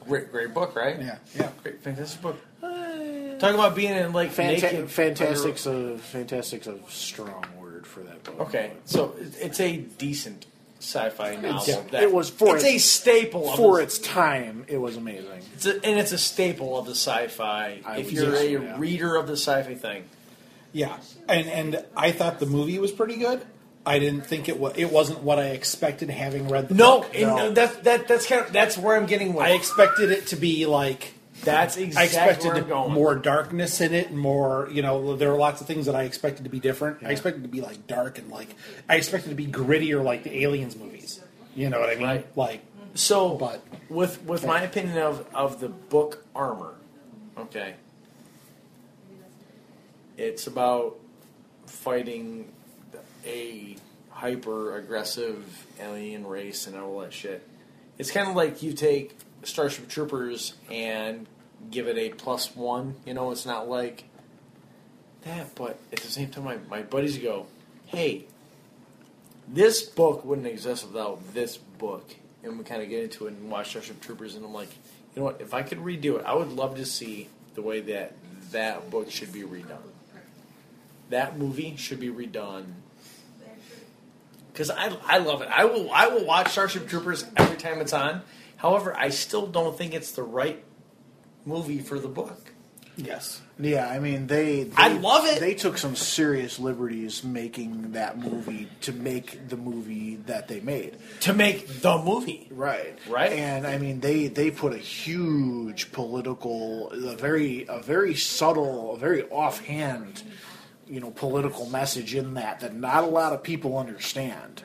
S1: great, great book, right?
S3: Yeah. Yeah.
S1: Great, fantastic book. Talking about being in like
S2: Fanta-
S1: naked,
S2: fantastic's a fantastic's a strong word for that book.
S1: Okay, so it- it's a decent sci-fi novel.
S2: yeah,
S1: that-
S2: it was for
S1: It's
S2: its-
S1: a staple of
S2: For
S1: the-
S2: its time, it was amazing.
S1: It's a, and it's a staple of the sci-fi.
S2: I
S1: if
S2: would
S1: you're
S2: say
S1: a
S2: so, yeah.
S1: reader of the sci-fi thing,
S3: Yeah. And and I thought the movie was pretty good. I didn't think it was it wasn't what I expected having read the
S1: no,
S3: book.
S1: and
S2: No.
S1: that's that that's kind of that's where I'm getting. With.
S3: I expected it to be like
S1: that's
S3: I
S1: exactly where I'm
S3: expected
S1: going.
S3: more darkness in it, and more you know. There are lots of things that I expected to be different. I expected to be like dark and like I expected to be grittier, like the Aliens movies. You know what I mean?
S1: Right.
S3: Like
S1: So,
S3: But-
S1: with with my opinion of of the book Armor, okay, it's about fighting a hyper aggressive alien race and all that shit. It's kind of like you take Starship Troopers and give it a plus one. You know, it's not like that, but at the same time, my, my buddies go, hey, this book wouldn't exist without this book. And we kind of get into it and watch Starship Troopers, and I'm like, you know what? If I could redo it, I would love to see the way that that book should be redone. That movie should be redone. Because I, I love it. I will I will watch Starship Troopers every time it's on. However, I still don't think it's the right movie for the book.
S3: yes,
S2: Yeah, I mean they, they
S1: I love it.
S2: They took some serious liberties making that movie to make the movie that they made.
S1: To make the movie.
S2: Right.
S1: Right.
S2: And I mean they they put a huge political a very a very subtle, a very offhand, you know, political message in that that not a lot of people understand.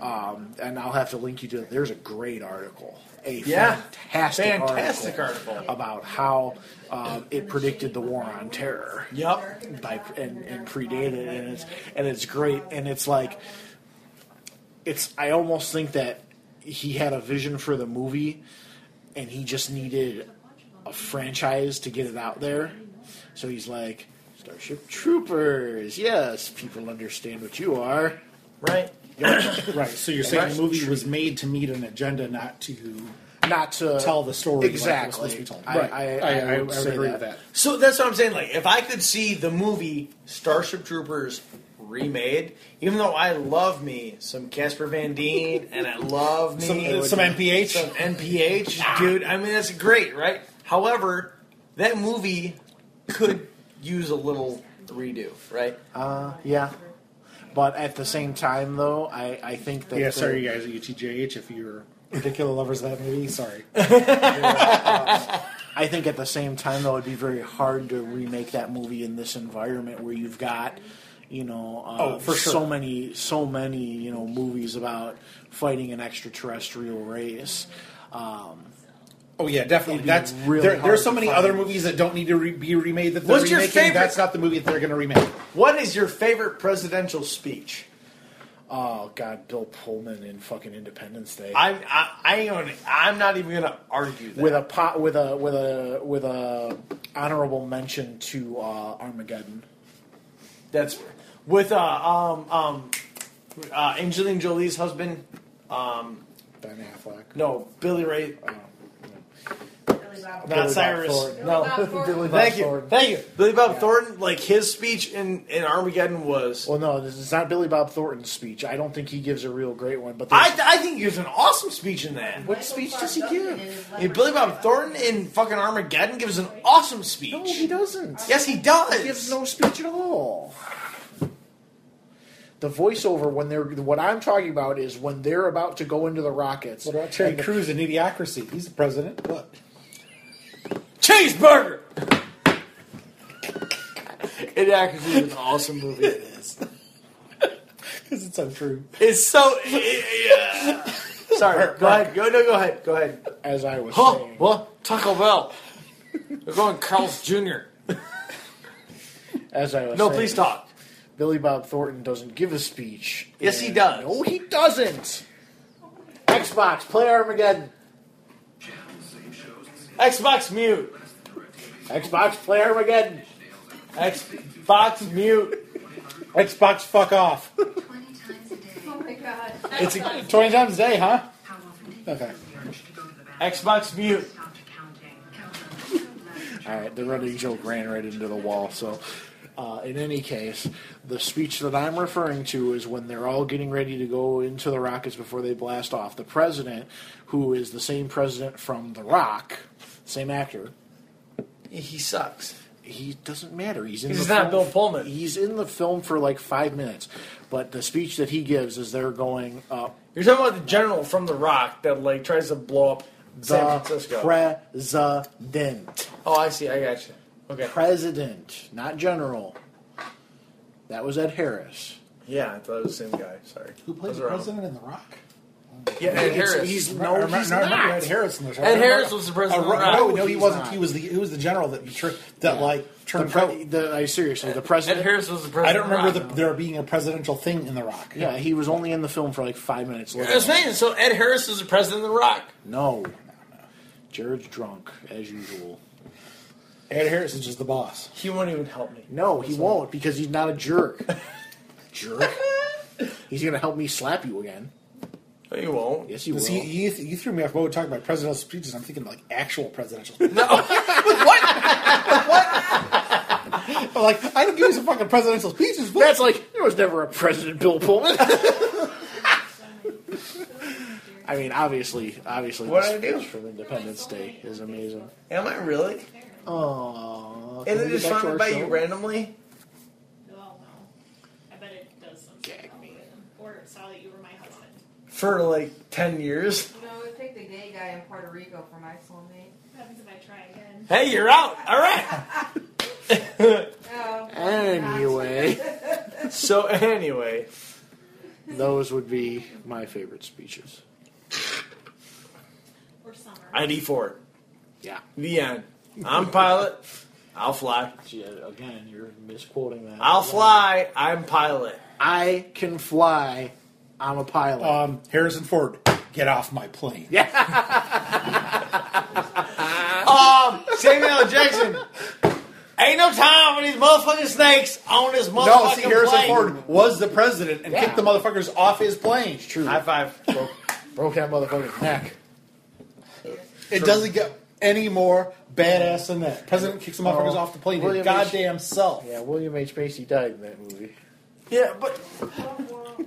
S2: Um, and I'll have to link you to there's a great article. A
S1: Yeah.
S2: fantastic,
S1: Fantastic article.
S2: about how um, it predicted the war on terror
S1: Yep.
S2: by and, and predated it, and it's and it's great, and it's like it's. I almost think that he had a vision for the movie, and he just needed a franchise to get it out there. So he's like, Starship Troopers. Yes, people understand what you are.
S1: Right?
S3: right. So you're saying the movie was made to meet an agenda, not to
S2: Not to
S3: tell the story like it was supposed to
S2: exactly.
S3: be told.
S2: I,
S3: Right.
S2: I,
S3: I-
S2: I,
S3: I
S2: would
S3: would
S2: say
S3: agree
S2: that.
S3: with that.
S1: So that's what I'm saying. Like, if I could see the movie Starship Troopers remade, even though I love me some Casper Van Dien and I love me
S3: some
S1: it would-
S3: some MPH.
S1: some NPH, dude. I mean, that's great, right? However, that movie could use a little redo, right?
S2: Uh, yeah. But at the same time, though, I, I think that
S3: yeah,
S2: the-
S3: sorry you guys at UTJH if you're particular lovers of that movie. Sorry.
S2: I think at the same time, though, it'd be very hard to remake that movie in this environment where you've got, you know, uh,
S3: Oh, for sure.
S2: so many, so many, you know, movies about fighting an extraterrestrial race. Um,
S3: Oh yeah, definitely.
S2: It'd be
S3: That's
S2: really
S3: there,
S2: hard
S3: there's so
S2: to
S3: many
S2: find.
S3: other movies that don't need to re- be remade. That they're
S1: What's your
S3: remaking.
S1: favorite-
S3: That's not the movie that they're going to remake.
S1: What is your favorite presidential speech?
S2: oh God, Bill Pullman in fucking Independence Day
S1: I'm I, I ain't gonna, I'm not even gonna argue that.
S2: with a pot with a with a with a honorable mention to uh, Armageddon.
S1: That's with uh, um um uh, Angelina Jolie's husband. um,
S2: Ben Affleck.
S1: No, Billy Ray.
S2: Oh,
S1: Not
S2: Billy Bob
S1: Cyrus.
S2: Thornton.
S1: No.
S2: Billy Bob
S1: Thank you.
S2: Thornton.
S1: Thank you. Billy Bob
S2: Yeah.
S1: Thornton, like his speech in, in Armageddon was.
S2: Well, no, this is not Billy Bob Thornton's speech. I don't think he gives a real great one. But
S1: I,
S2: there's-
S1: I think he gives an awesome speech in that.
S2: what speech does he give?
S1: Yeah, Billy Bob Thornton in fucking Armageddon gives an awesome speech.
S2: No, he doesn't.
S1: Yes, he does.
S2: He gives no speech at all. The voiceover when they're what I'm talking about is when they're about to go into the rockets.
S3: What about Terry
S2: and the-
S3: Crews and Idiocracy? He's the president. What?
S1: Cheeseburger. it actually is an awesome movie. It is.
S3: Because it's untrue.
S1: It's so. yeah. Sorry. Go ahead. Go no. Go ahead. Go ahead.
S2: As I was
S1: Huh?
S2: saying,
S1: What? Taco Bell. They're going Carl's Jr.
S2: as I was
S1: No,
S2: saying,
S1: please talk.
S2: Billy Bob Thornton doesn't give a speech.
S1: Yes, he
S2: And-
S1: does.
S2: No, he doesn't. Xbox, play Armageddon.
S1: Xbox mute.
S2: Xbox, play Armageddon.
S1: Xbox mute.
S3: Xbox, fuck off.
S4: Twenty times a day.
S6: Oh my god.
S3: It's a, 20 times a day, huh?
S4: How often did you
S3: Okay.
S1: Xbox mute.
S4: stopped counting? Count
S2: All right, the running joke ran right into the wall. So, uh, in any case, the speech that I'm referring to is when they're all getting ready to go into the rockets before they blast off. The president, who is the same president from The Rock, same actor,
S1: He sucks.
S2: he doesn't matter. He's in.
S1: He's
S2: the
S1: not
S2: film-
S1: Bill Pullman.
S2: He's in the film for like five minutes, but the speech that he gives is they're going uh, up
S1: You're talking about the general from The Rock that like tries to blow up San Francisco.
S2: the president.
S1: oh, I see. I got you. Okay.
S2: President, not general. That was Ed Harris.
S1: Yeah, I thought it was the same guy. Sorry.
S3: Who
S1: I
S3: plays
S1: was
S3: the
S1: wrong.
S3: president in The Rock?
S1: Yeah, Ed
S2: It's-
S1: Harris.
S2: He's
S3: No,
S2: no, he's
S3: no, I remember
S2: not.
S3: Ed Harris in the show.
S1: Ed Harris was the
S3: Uh,
S1: president. of the
S3: right,
S1: Rock.
S3: no, no,
S2: No,
S3: he
S2: he's
S3: wasn't.
S2: not.
S3: He was the he was the general that tr- that like
S2: The
S3: turned
S2: pre-
S3: pro.
S2: the, I seriously, the president.
S1: Ed Harris was the
S3: I
S1: president.
S3: don't remember
S1: of the
S3: the, there being a presidential thing in The Rock.
S2: Yeah, he was only in the film for like five minutes.
S1: Rock. I was saying, so Ed Harris is the president of the Rock.
S2: No, Jared's drunk as usual.
S3: Ed Harris is just the boss.
S1: He won't even help me.
S2: No, he won't because he's not a jerk. jerk. He's gonna help me slap you again.
S1: No, he won't.
S2: Yes, he will.
S3: Because he, you, th- you threw me off when we were talking about presidential speeches. I'm thinking like actual presidential. speeches.
S1: No. what?
S3: I'm like I don't give you some fucking presidential speeches. But
S2: That's like there was never a president, Bill Pullman. I mean, obviously, obviously,
S1: What
S2: this
S1: did I do?
S2: speech from Independence Day is amazing.
S1: Am I really?
S2: Oh,
S1: And it just found it by you randomly?
S6: Well, no. I bet it does something.
S2: Gag me.
S6: Or saw that you were my husband.
S1: For like 10 years.
S7: You know, it would take the gay guy in Puerto Rico for my soulmate.
S6: What happens if I try again?
S1: Hey, you're out. All right.
S7: Oh,
S2: Anyway,
S1: So, anyway.
S2: those would be my favorite speeches.
S6: Or summer.
S1: ID for it.
S2: Yeah.
S1: The end. I'm pilot. I'll fly.
S2: Gee, Again, you're misquoting that.
S1: I'll fly. I'm pilot.
S2: I can fly. I'm a pilot.
S3: um, Harrison Ford, get off my plane.
S1: Um, Samuel L. Jackson. Ain't no time for these motherfucking snakes on this motherfucking
S3: No, see, Harrison
S1: plane.
S3: Ford was the president and
S2: Yeah.
S3: kicked the motherfuckers off his plane.
S2: It's true.
S1: High five.
S2: broke, broke that motherfucker's neck.
S3: It doesn't get any more badass than that. President kicks the motherfuckers
S2: Oh,
S3: off the plane. His
S2: William
S3: goddamn self.
S2: Yeah, William H Macy died in that movie.
S1: Yeah, but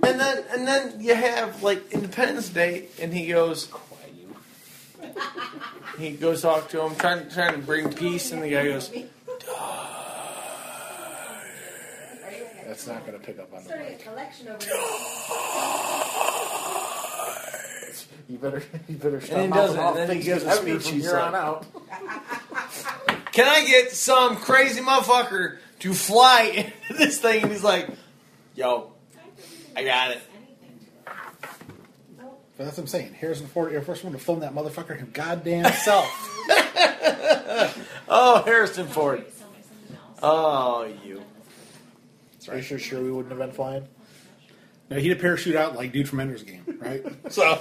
S1: and then and then you have like Independence Day, and he goes. He goes talk to him, trying trying to bring peace, and the guy goes,
S2: That's not going to pick up on the
S7: Starting a
S2: mic.
S7: collection over there.
S2: You better, you better
S1: he doesn't,
S2: stop mouthing off
S1: and then he gives
S2: things gives
S1: a
S2: that
S1: speech
S2: speech from
S1: he's
S2: here
S1: like-
S2: on out.
S1: "Can I get some crazy motherfucker to fly into this thing?" And he's like, "Yo, I got it."
S3: But that's what I'm saying. Harrison Ford, Air Force One, to film that motherfucker him goddamn self.
S1: Oh, Harrison Ford.
S6: Sell me something else.
S1: Oh, you.
S2: Are you sure, sure we wouldn't have been flying?
S3: now he'd have parachute out like dude from Ender's Game, right?
S1: So,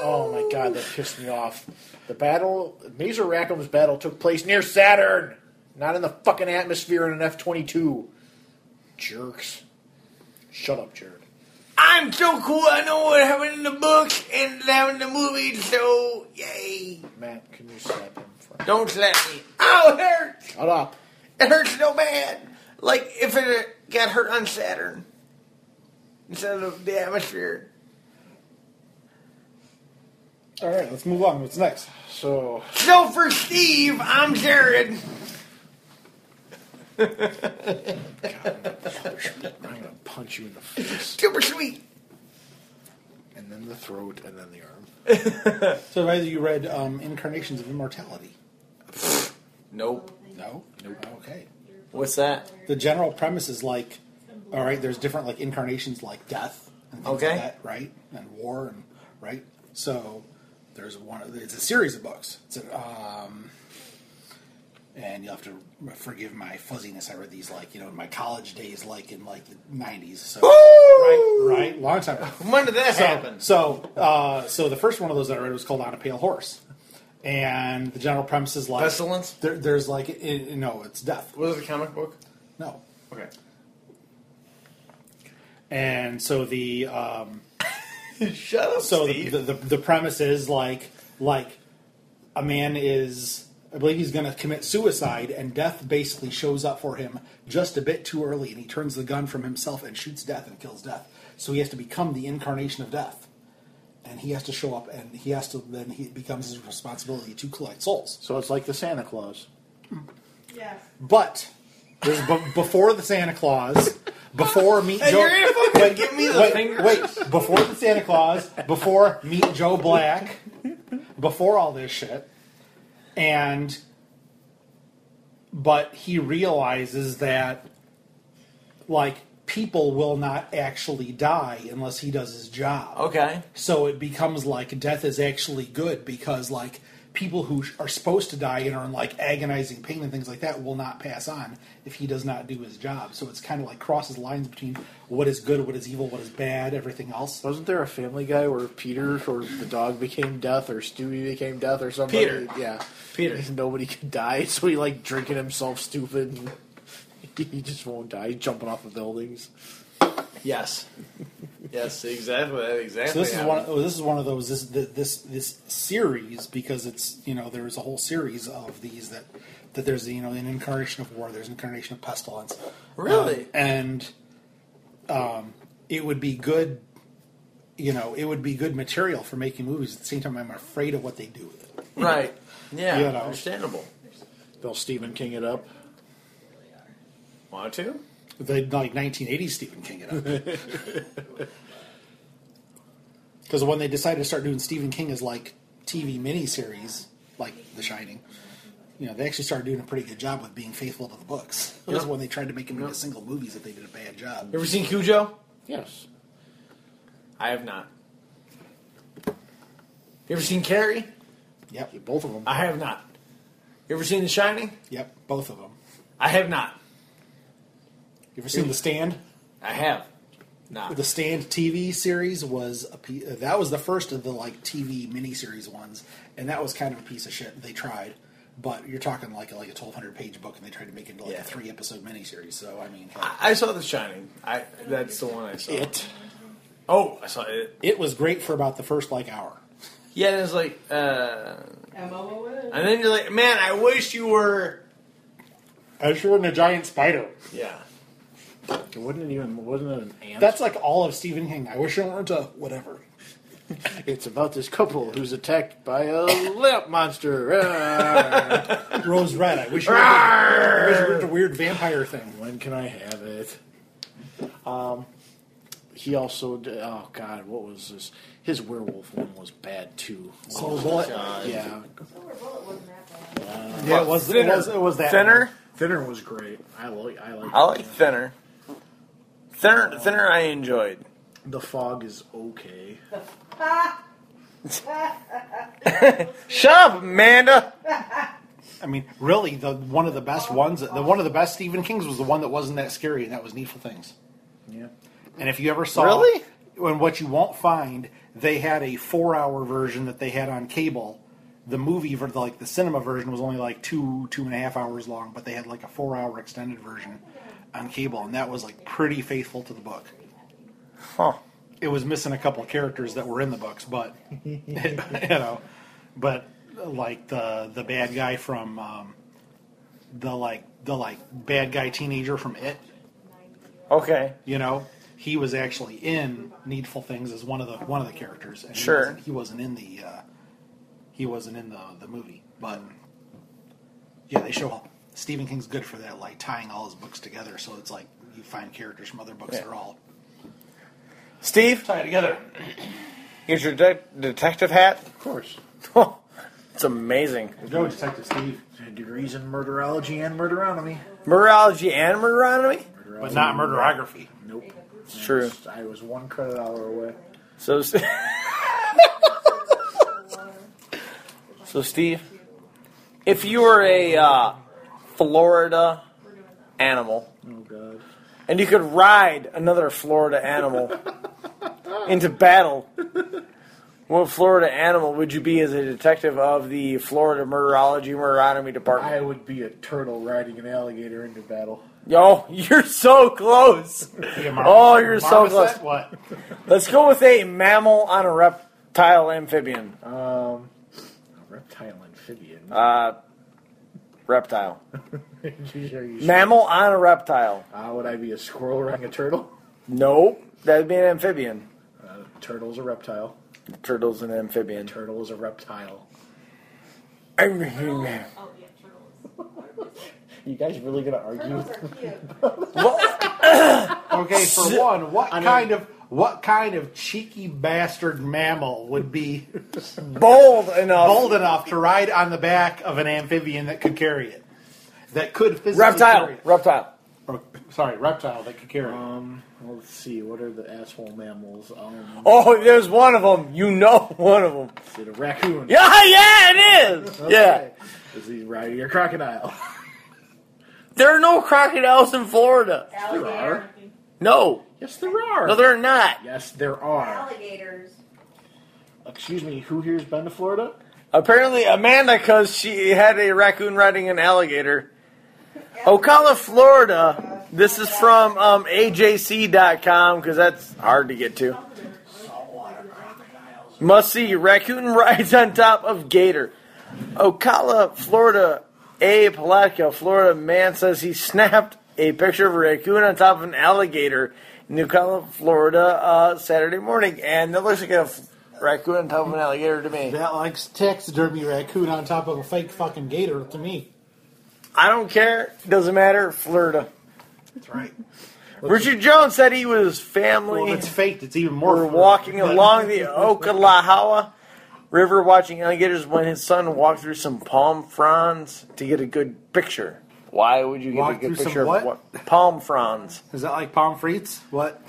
S2: Oh my god, that pissed me off. The battle, Major Rackham's battle, took place near Saturn, not in the fucking atmosphere in an F twenty two. Jerks. Shut up, Jared.
S1: I'm so cool. I know what happened in the book and happened in the movie. So yay!
S2: Matt, can you slap him? For
S1: Don't slap me. Ow! It hurts.
S2: Shut up.
S1: It hurts so bad. Like if it uh, got hurt on Saturn instead of the atmosphere.
S3: All right, let's move on. What's next?
S2: So,
S1: So for Steve, I'm Jared.
S2: I'm going to punch you in the face,
S1: Super sweet.
S2: and then the throat, and then the arm.
S3: So either you read um, Incarnations of Immortality.
S1: Nope.
S3: No. Nope. Okay.
S1: What's that?
S3: The general premise is like, all right, there's different like incarnations like death and things
S1: Okay.
S3: like that, right? And war and right. So there's one. It's a series of books. It's a, um, and you'll have to forgive my fuzziness. I read these like you know in my college days, like in like the '90s. So right, right, long time. ago.
S1: When did that happen?
S3: So, uh, so the first one of those that I read was called "On a Pale Horse," and the general premise is like
S1: Pestilence?
S3: There, there's like, i i- no, it's death.
S1: Was it a comic book?
S3: No,
S1: Okay.
S3: and so the um,
S1: Shut up,
S3: so the,
S1: Steve.
S3: the, the the premise is like like a man is I believe he's going to commit suicide, and death basically shows up for him just a bit too early, and he turns the gun from himself and shoots death and kills death. So he has to become the incarnation of death. And he has to show up, and he has to. Then he it becomes his responsibility to collect souls.
S2: So it's like the Santa Claus.
S6: Yes.
S3: But there's b- before the Santa Claus, before Meet
S1: Hey,
S3: Joe.
S1: you're gonna fucking
S3: wait,
S1: give me the
S3: wait,
S1: finger?
S3: wait, before the Santa Claus, before Meet Joe Black, before all this shit, and but he realizes that like people will not actually die unless he does his job.
S1: okay.
S3: So it becomes like death is actually good because like people who sh- are supposed to die and are in like agonizing pain and things like that will not pass on if he does not do his job. So it's kind of like crosses lines between what is good, what is evil, what is bad, everything else.
S2: Wasn't there a Family Guy where Peter or the dog became death, or Stewie became death, or something?
S1: Peter.
S2: Yeah.
S1: Peter.
S2: Nobody could die, so he like drinking himself stupid. And he just won't die. He's jumping off of buildings.
S1: Yes. yes, exactly. that Exactly.
S3: So this is
S1: happened.
S3: one. oh, This is one of those. This th- this this series because it's you know there's a whole series of these that that there's you know an incarnation of war, there's an incarnation of pestilence.
S1: Really?
S3: Um, and um, it would be good. You know, it would be good material for making movies. At the same time, I'm afraid of what they do with it.
S1: Right. Yeah.
S3: You know.
S1: Understandable.
S2: They'll Stephen King it up.
S1: Want to?
S3: They like 1980s Stephen King it up. Because when they decided to start doing Stephen King as like TV miniseries, like The Shining, you know, they actually started doing a pretty good job with being faithful to the books. It was
S1: Yeah.
S3: when they tried to make them into single movies that they did a bad job.
S1: Ever seen Cujo?
S2: Yes.
S1: I have not. You ever seen Carrie?
S3: Yep,
S2: Both of them.
S1: I have not. You ever seen The Shining?
S3: yep, both of them.
S1: I have not.
S3: You ever seen The Stand?
S1: I have. Not.
S3: The Stand TV series was a pe- uh, that was the first of the like TV miniseries ones, and that was kind of a piece of shit. They tried, but you're talking like like a 1,200 page book, and they tried to make it into like
S1: Yeah. Ah.
S3: a three episode miniseries. So I mean,
S1: I I saw The Shining. I that's the one I saw.
S3: it
S1: Oh, I saw it.
S3: it was great for about the first like hour.
S1: Yeah, and it's like, uh,
S7: MO
S1: and then you're like, man, I wish you were.
S3: I was in a giant spider.
S1: Yeah.
S2: It wasn't it even wasn't it an ant?
S3: That's like all of Stephen King. I wish I weren't a whatever.
S2: it's about this couple who's attacked by a lamp monster. Ah.
S3: Rose Red. I wish you weren't, I wish you weren't a weird vampire thing.
S2: when can I have it? Um, he also did, oh god, what was this? His werewolf one was bad too.
S3: Soul Bullet.
S2: Yeah,
S7: Silver Bullet wasn't that bad.
S3: Yeah, it was, it
S5: Thinner.
S3: was. It was that
S5: Thinner?
S3: one.
S2: Thinner was great. I like I like.
S5: I like thinner. Thinner, thinner. I enjoyed.
S2: the fog is okay.
S5: Shut up, Amanda.
S3: I mean, really, the one of the best ones, the one of the best Stephen King's was the one that wasn't that scary, and that was Needful Things.
S2: Yeah,
S3: And if you ever saw,
S5: Really?
S3: and what you won't find, they had a four-hour version that they had on cable. The movie, ver- like the cinema version, was only like two two and a half hours long, but they had like a four-hour extended version on cable, and that was like pretty faithful to the book.
S5: Huh.
S3: it was missing a couple of characters that were in the books, but you know, but like the the bad guy from um, the like the like bad guy teenager from it,
S1: Okay.
S3: you know, he was actually in Needful Things as one of the one of the characters. And
S1: Sure.
S3: he wasn't, he wasn't in the uh, he wasn't in the the movie, but yeah, they show Stephen King's good for that, like tying all his books together. So it's like you find characters from other books that are all
S1: Steve,
S3: tied together.
S1: here's your de- detective hat.
S2: Of course.
S1: it's amazing.
S3: Go, Detective Steve.
S2: Degrees in murderology and murderonomy.
S1: Morality and murderonomy?
S3: But not murderography.
S2: Nope.
S1: It's true.
S2: I was one credit hour away.
S1: So, so Steve, if you were a uh, Florida animal
S2: Oh god.
S1: and you could ride another Florida animal into battle, what Florida animal would you be as a detective of the Florida Murderology Murderonomy Department?
S2: I would be a turtle riding an alligator into battle.
S1: Yo, you're so close. Oh, you're so close.
S3: What?
S1: Let's go with a mammal on a reptile amphibian.
S2: Um, a reptile amphibian.
S1: Uh, reptile.
S2: Are you sure?
S1: Mammal on a reptile.
S2: Uh, would I be a squirrel riding a turtle?
S1: Nope. That'd be an amphibian.
S2: Uh, turtle's a reptile.
S1: Turtle's an amphibian.
S2: Turtle is a reptile.
S1: well,
S4: Oh, yeah, turtles.
S2: You guys really gonna argue?
S7: Turtles are cute.
S3: Okay, for one, what kind of what kind of cheeky bastard mammal would be
S1: bold enough.
S3: bold enough to ride on the back of an amphibian that could carry it? That could physically
S1: Reptile.
S3: Carry it.
S1: Reptile.
S3: Or, sorry, reptile that could carry it.
S2: Um, well, let's see. What are the asshole mammals? Um,
S1: Oh, there's one of them. You know one of them.
S2: is it a raccoon?
S1: Yeah, yeah, it is. Yeah.
S2: Okay. Is he riding a crocodile?
S1: There are no crocodiles in Florida.
S2: are.
S7: Alligator.
S1: No.
S2: Yes, there are.
S1: No, there are not.
S2: yes, there are.
S7: Alligators.
S2: Excuse me. Who here's been to Florida?
S1: Apparently, Amanda, because she had a raccoon riding an alligator. Ocala, Florida. This is from um, AJC.com because that's hard to get to. Must see raccoon rides on top of gator. Ocala, Florida. A Palatka, Florida man says he snapped a picture of a raccoon on top of an alligator in Ocala, Florida, uh, Saturday morning, and that looks like a f- raccoon on top of an alligator to me.
S3: That likes taxidermy raccoon on top of a fake fucking gator to me.
S1: I don't care. Doesn't matter. Florida.
S3: That's right.
S1: Richard Jones said he was family.
S3: Well, if it's faked, it's even more.
S1: were
S3: further,
S1: walking
S3: but-
S1: along the Okalahawa River watching alligators when his son walked through some palm fronds to get a good picture. Why would you get
S3: Walked
S1: a good
S3: through some
S1: picture
S3: what?
S1: of what? Palm fronds.
S3: Is that like palm frites? What?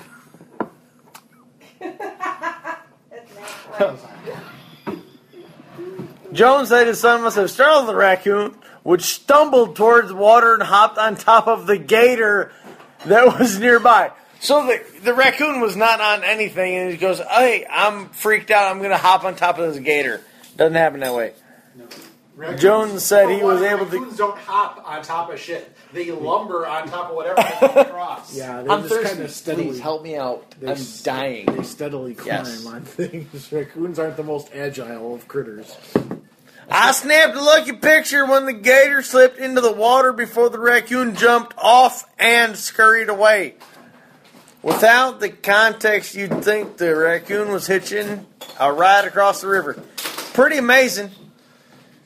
S7: That's not right.
S1: Jones said his son must have startled the raccoon, which stumbled towards water and hopped on top of the gator that was nearby. So the, the raccoon was not on anything, and he goes, Hey, I'm freaked out. I'm going to hop on top of this gator. Doesn't happen that way. Jones said he was able to.
S3: Raccoons don't hop on top of shit. They lumber on top of whatever they come across.
S2: Yeah, they're
S1: I'm
S2: just
S1: thirsty.
S2: kind of
S1: Please
S2: steadily.
S1: help me out.
S2: They
S1: I'm
S2: s- They
S1: dying.
S2: steadily climb
S1: Yes.
S2: on things. Raccoons aren't the most agile of critters.
S1: I snapped a lucky picture when the gator slipped into the water before the raccoon jumped off and scurried away. Without the context, you'd think the raccoon was hitching a ride across the river. Pretty amazing,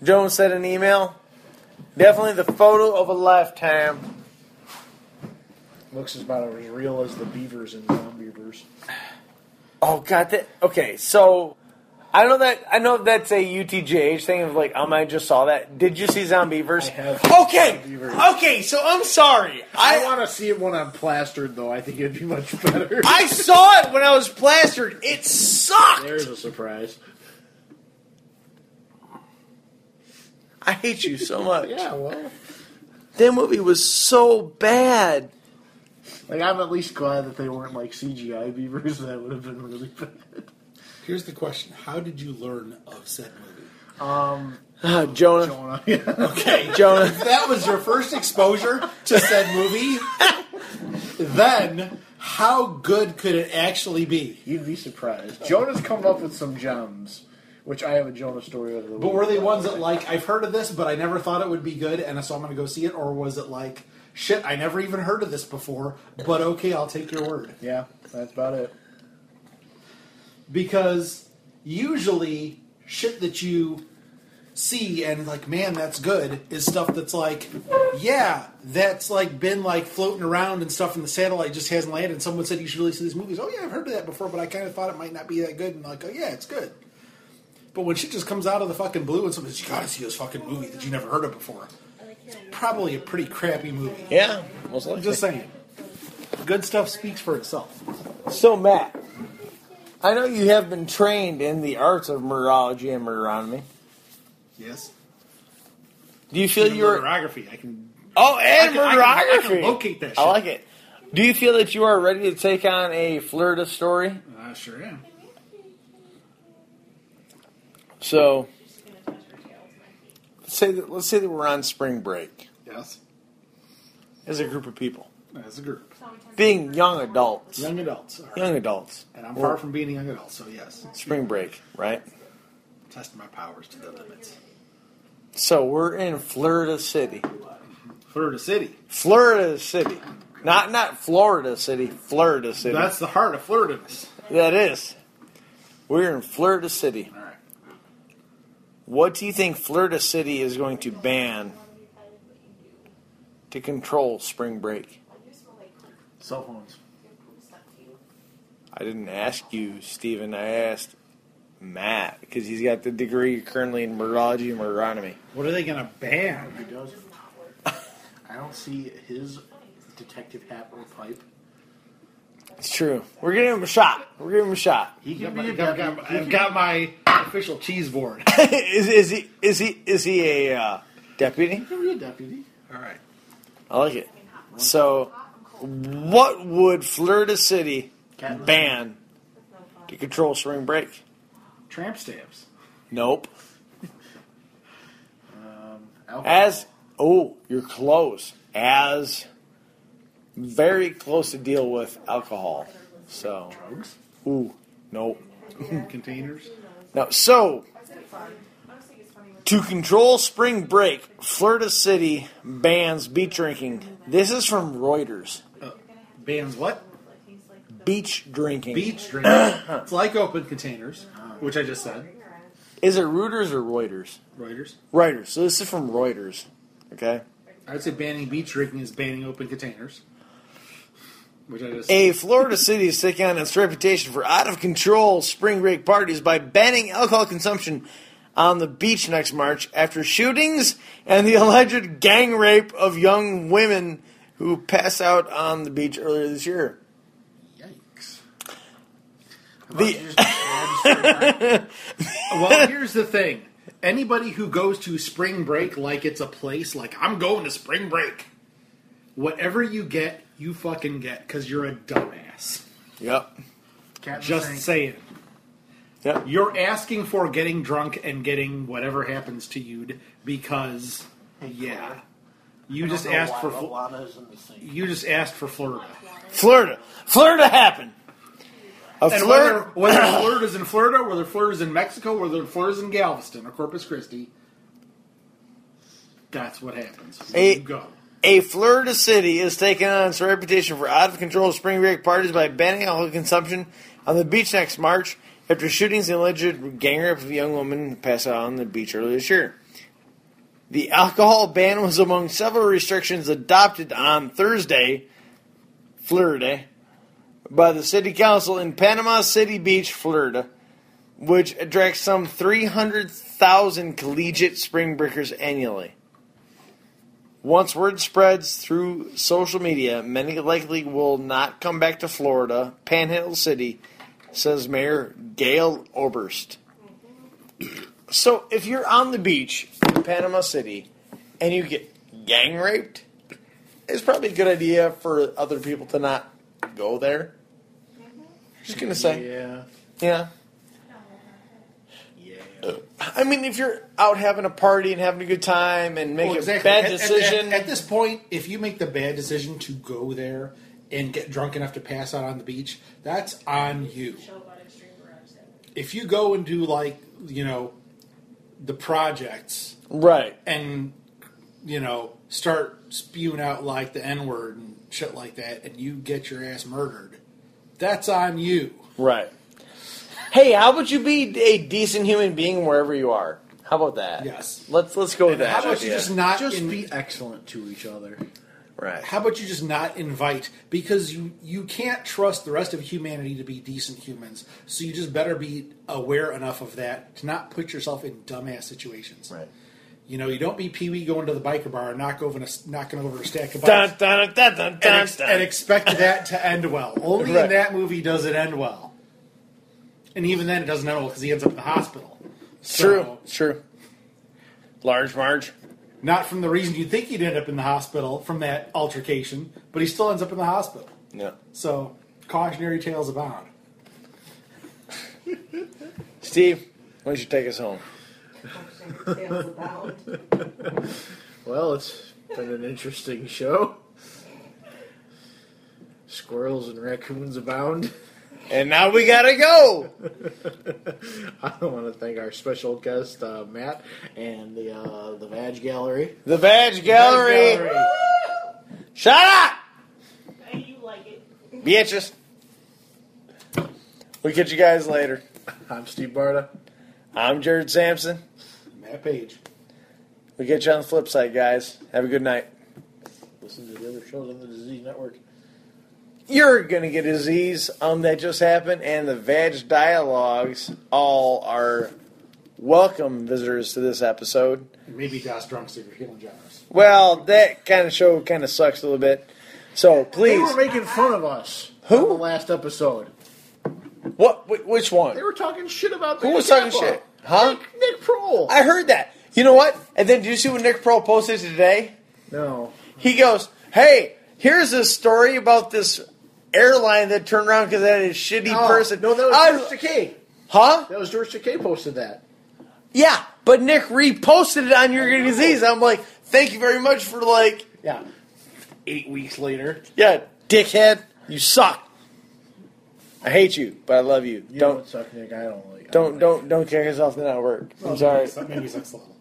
S1: Jones said in an email. Definitely the photo of a lifetime.
S2: Looks about as real as the beavers and zombievers.
S1: Oh god, that okay. So I know that I know that's a UTJH thing of like, um, I just saw that. Did you see Zombievers?
S2: I have
S1: Okay,
S2: Zombievers.
S1: okay. So I'm sorry.
S2: I,
S1: I
S2: want to see it when I'm plastered, though. I think it'd be much better.
S1: I saw it when I was plastered. It sucked.
S2: There's a surprise.
S1: I hate you so much.
S2: Yeah, well,
S1: That movie was so bad.
S2: like I'm at least glad that they weren't like CGI beavers. That would have been really bad.
S3: Here's the question: How did you learn of said movie?
S2: Um,
S1: Ah, Jonah.
S2: Jonah. Yeah.
S3: Okay,
S1: Jonah.
S3: that was your first exposure to said movie. then how good could it actually be?
S2: You'd be surprised. Jonah's coming up with some gems, which I have a Jonah story over the
S3: But were they ones that like I've heard of this, but I never thought it would be good, and so I'm going to go see it, or was it like shit? I never even heard of this before, but okay, I'll take your word.
S2: Yeah, that's about it.
S3: because usually shit that you see and like man that's good is stuff that's like yeah that's like been like floating around and stuff and the satellite just hasn't landed and someone said you should really see these movies oh yeah i've heard of that before but i kind of thought it might not be that good and like oh yeah it's good but when shit just comes out of the fucking blue and someone's you gotta see this fucking movie that you never heard of before it's probably a pretty crappy movie
S1: Yeah, most
S3: i'm
S1: likely.
S3: just saying good stuff speaks for itself
S1: So, Matt, I know you have been trained in the arts of meteorology and meteoronomy.
S3: yes
S1: Do you feel you are.
S3: Meteorography, i can
S1: Oh, and
S3: I can- I can- I can
S1: meteorography!
S3: locate that
S1: I
S3: shit.
S1: like it. Do you feel that you are ready to take on a fleur de story?
S3: I sure am.
S1: So,
S4: She's gonna touch her tail with my feet.
S1: let's say that, let's say that we're on spring break
S3: Yes,
S1: as a group of people,
S3: as a group,
S8: Sometimes
S1: being young adults.
S3: young adults, all right. Hmm.
S1: Young adults.
S3: and I'm far from being a young adult, so yes,
S1: Spring break, right?
S3: testing my powers to the limits.
S1: So, we're in Florida City.
S3: Florida City,
S1: Florida City. Not not Florida City, Florida City.
S3: that's the heart of Florida.
S1: That is. We're in Florida City.
S3: All right,
S1: What do you think Florida City is going to ban to control spring break?
S2: Cell phones.
S1: I didn't ask you, Stephen. I asked Matt because he's got the degree currently in meteorology and meteoronomy.
S3: what are they gonna ban?
S2: does. I don't see his detective hat or pipe.
S1: It's true. We're giving him a shot. We're giving him a shot.
S2: He could
S3: I've
S2: be a
S3: got,
S2: deputy.
S3: got-
S2: He
S3: I've
S2: could-
S3: got my official cheese board.
S1: is, is he is he is he a uh, deputy?
S2: he could be a deputy.
S3: All right,
S1: I like it. So, what would Florida City
S2: Cat-
S1: ban to control spring break?
S2: Tramp stamps.
S1: Nope.
S2: Alcohol.
S1: As oh, you're close. As very close to deal with alcohol. So
S2: drugs,
S1: ooh, nope.
S2: containers.
S1: Now so
S4: That's gonna be fun. I just think it's funny when
S1: to control spring break, Florida City bans beach drinking. This is from Reuters.
S3: bans what?
S4: he's like
S1: Beach drinking.
S3: Beach drink. it's like open containers, which I just said.
S1: Is it Reuters or Reuters?
S3: Reuters.
S1: Reuters. So this is from Reuters. Okay.
S3: I would say banning beach drinking is banning open containers, which I just.
S1: A Florida city is taking on its reputation for out of control spring break parties by banning alcohol consumption on the beach next March after shootings and the alleged gang rape of young women who pass out on the beach earlier this year.
S2: Yikes.
S1: The-
S3: Well, here's the thing. Anybody who goes to spring break like it's a place, like I'm going to spring break, whatever you get, you fucking get because you're a dumbass.
S1: Yep.
S2: Cat in the
S3: Just
S2: sink.
S3: saying.
S1: Yep.
S3: You're asking for getting drunk and getting whatever happens to you because, yeah, you just asked for Fl-
S2: Lana's in the sink.
S3: you just asked for Florida.
S1: Florida. Florida happened. A
S3: And
S1: Florida.
S3: whether whether Florida's in Florida, whether Florida's in Mexico, whether Florida's in Galveston or Corpus Christi, that's what happens.
S1: Hey.
S3: you go.
S1: A Florida city is taking on its reputation for out of control spring break parties by banning alcohol consumption on the beach next March after shootings and alleged gang rape of a young woman passed out on the beach earlier this year. The alcohol ban was among several restrictions adopted on Thursday, Florida, by the city council in Panama City Beach, Florida, which attracts some 300,000 collegiate spring breakers annually. Once word spreads through social media, many likely will not come back to Florida, Panhandle City, says Mayor Gail Oberst. So if you're on the beach in Panama City and you get gang raped, it's probably a good idea for other people to not go there. Just gonna say,
S2: Yeah.
S1: yeah.
S2: Yeah.
S1: I mean, if you're out having a party and having a good time and making
S3: Well,
S1: a bad
S3: At- at-
S1: decision,
S3: At, at this point, if you make the bad decision to go there, and get drunk enough to pass out on the beach, that's on you.
S4: Show about extreme garage sale.
S3: If you go and do like you know the projects
S9: Right.
S3: and you know start spewing out like the N word and shit like that, and you get your ass murdered, that's on you.
S9: Right. Hey, how about you be a decent human being wherever you are? How about that?
S3: Yes.
S9: Let's let's go with that.
S3: How about you
S9: idea.
S3: just not
S2: Just
S3: in-
S2: be excellent to each other.
S9: right?
S3: How about you just not invite because you you can't trust the rest of humanity to be decent humans. So you just better be aware enough of that to not put yourself in dumbass situations.
S9: Right.
S3: You know, you don't be Pee Wee going to the biker bar and knock over a, knocking over a stack of
S9: Dun,
S3: bikes
S9: dun, dun, dun,
S3: and,
S9: dun,
S3: ex-
S9: dun.
S3: and expect that to end well. Only
S9: Right.
S3: in that movie does it end well, and even then it doesn't end well because he ends up in the hospital.
S9: True.
S3: So-
S9: True. Large Marge.
S3: Not from the reason you think he'd end up in the hospital from that altercation, but he still ends up in the hospital.
S9: Yeah.
S3: So, cautionary tales abound.
S9: Steve, why don't you take us home?
S7: Sales abound.
S2: Well, it's been an interesting show. Squirrels and raccoons abound.
S1: And now we gotta go.
S2: I want to thank our special guest uh, Matt and the uh, the Vag Gallery.
S1: The Badge Gallery. Shut up,
S4: And you like it.
S1: bitches. We catch you guys later.
S2: I'm Steve Barta.
S1: I'm Jared Sampson.
S3: Matt Page.
S1: We catch you on the flip side, guys. Have a good night.
S2: Listen to the other shows on the Disease Network.
S1: You're gonna get a disease um that just happened, and the Vag dialogues all are welcome visitors to this episode.
S3: Maybe Josh Drumstick or Caitlin Jenners.
S1: Well, that kind of show kind of sucks a little bit. So
S2: They
S1: please,
S2: were making fun of us
S1: Who?
S2: on the last episode.
S1: what? wh- Which one?
S2: They were talking shit about
S1: Who
S2: Beta
S1: was talking
S2: Kappa.
S1: shit? Huh?
S2: Nick, Nick Prohl.
S1: I heard that. You know what? And then did you see what Nick Pro posted today?
S2: no.
S1: He goes, "Hey, here's this story about this airline that turned around because had a shitty
S2: Oh,
S1: person."
S2: No, that was
S1: I-
S2: George Takei.
S1: huh?
S2: That was George Takei posted that.
S1: Yeah, but Nick reposted it on your Good disease. I'm like, thank you very much for like,
S2: Yeah. Eight weeks later,
S1: yeah, dickhead, you suck. I hate you, but I love you.
S2: you don't,
S1: don't
S2: suck, Nick. I don't like. I
S1: don't don't don't kick us off the network. I'm sorry.
S3: Maybe sucks a little.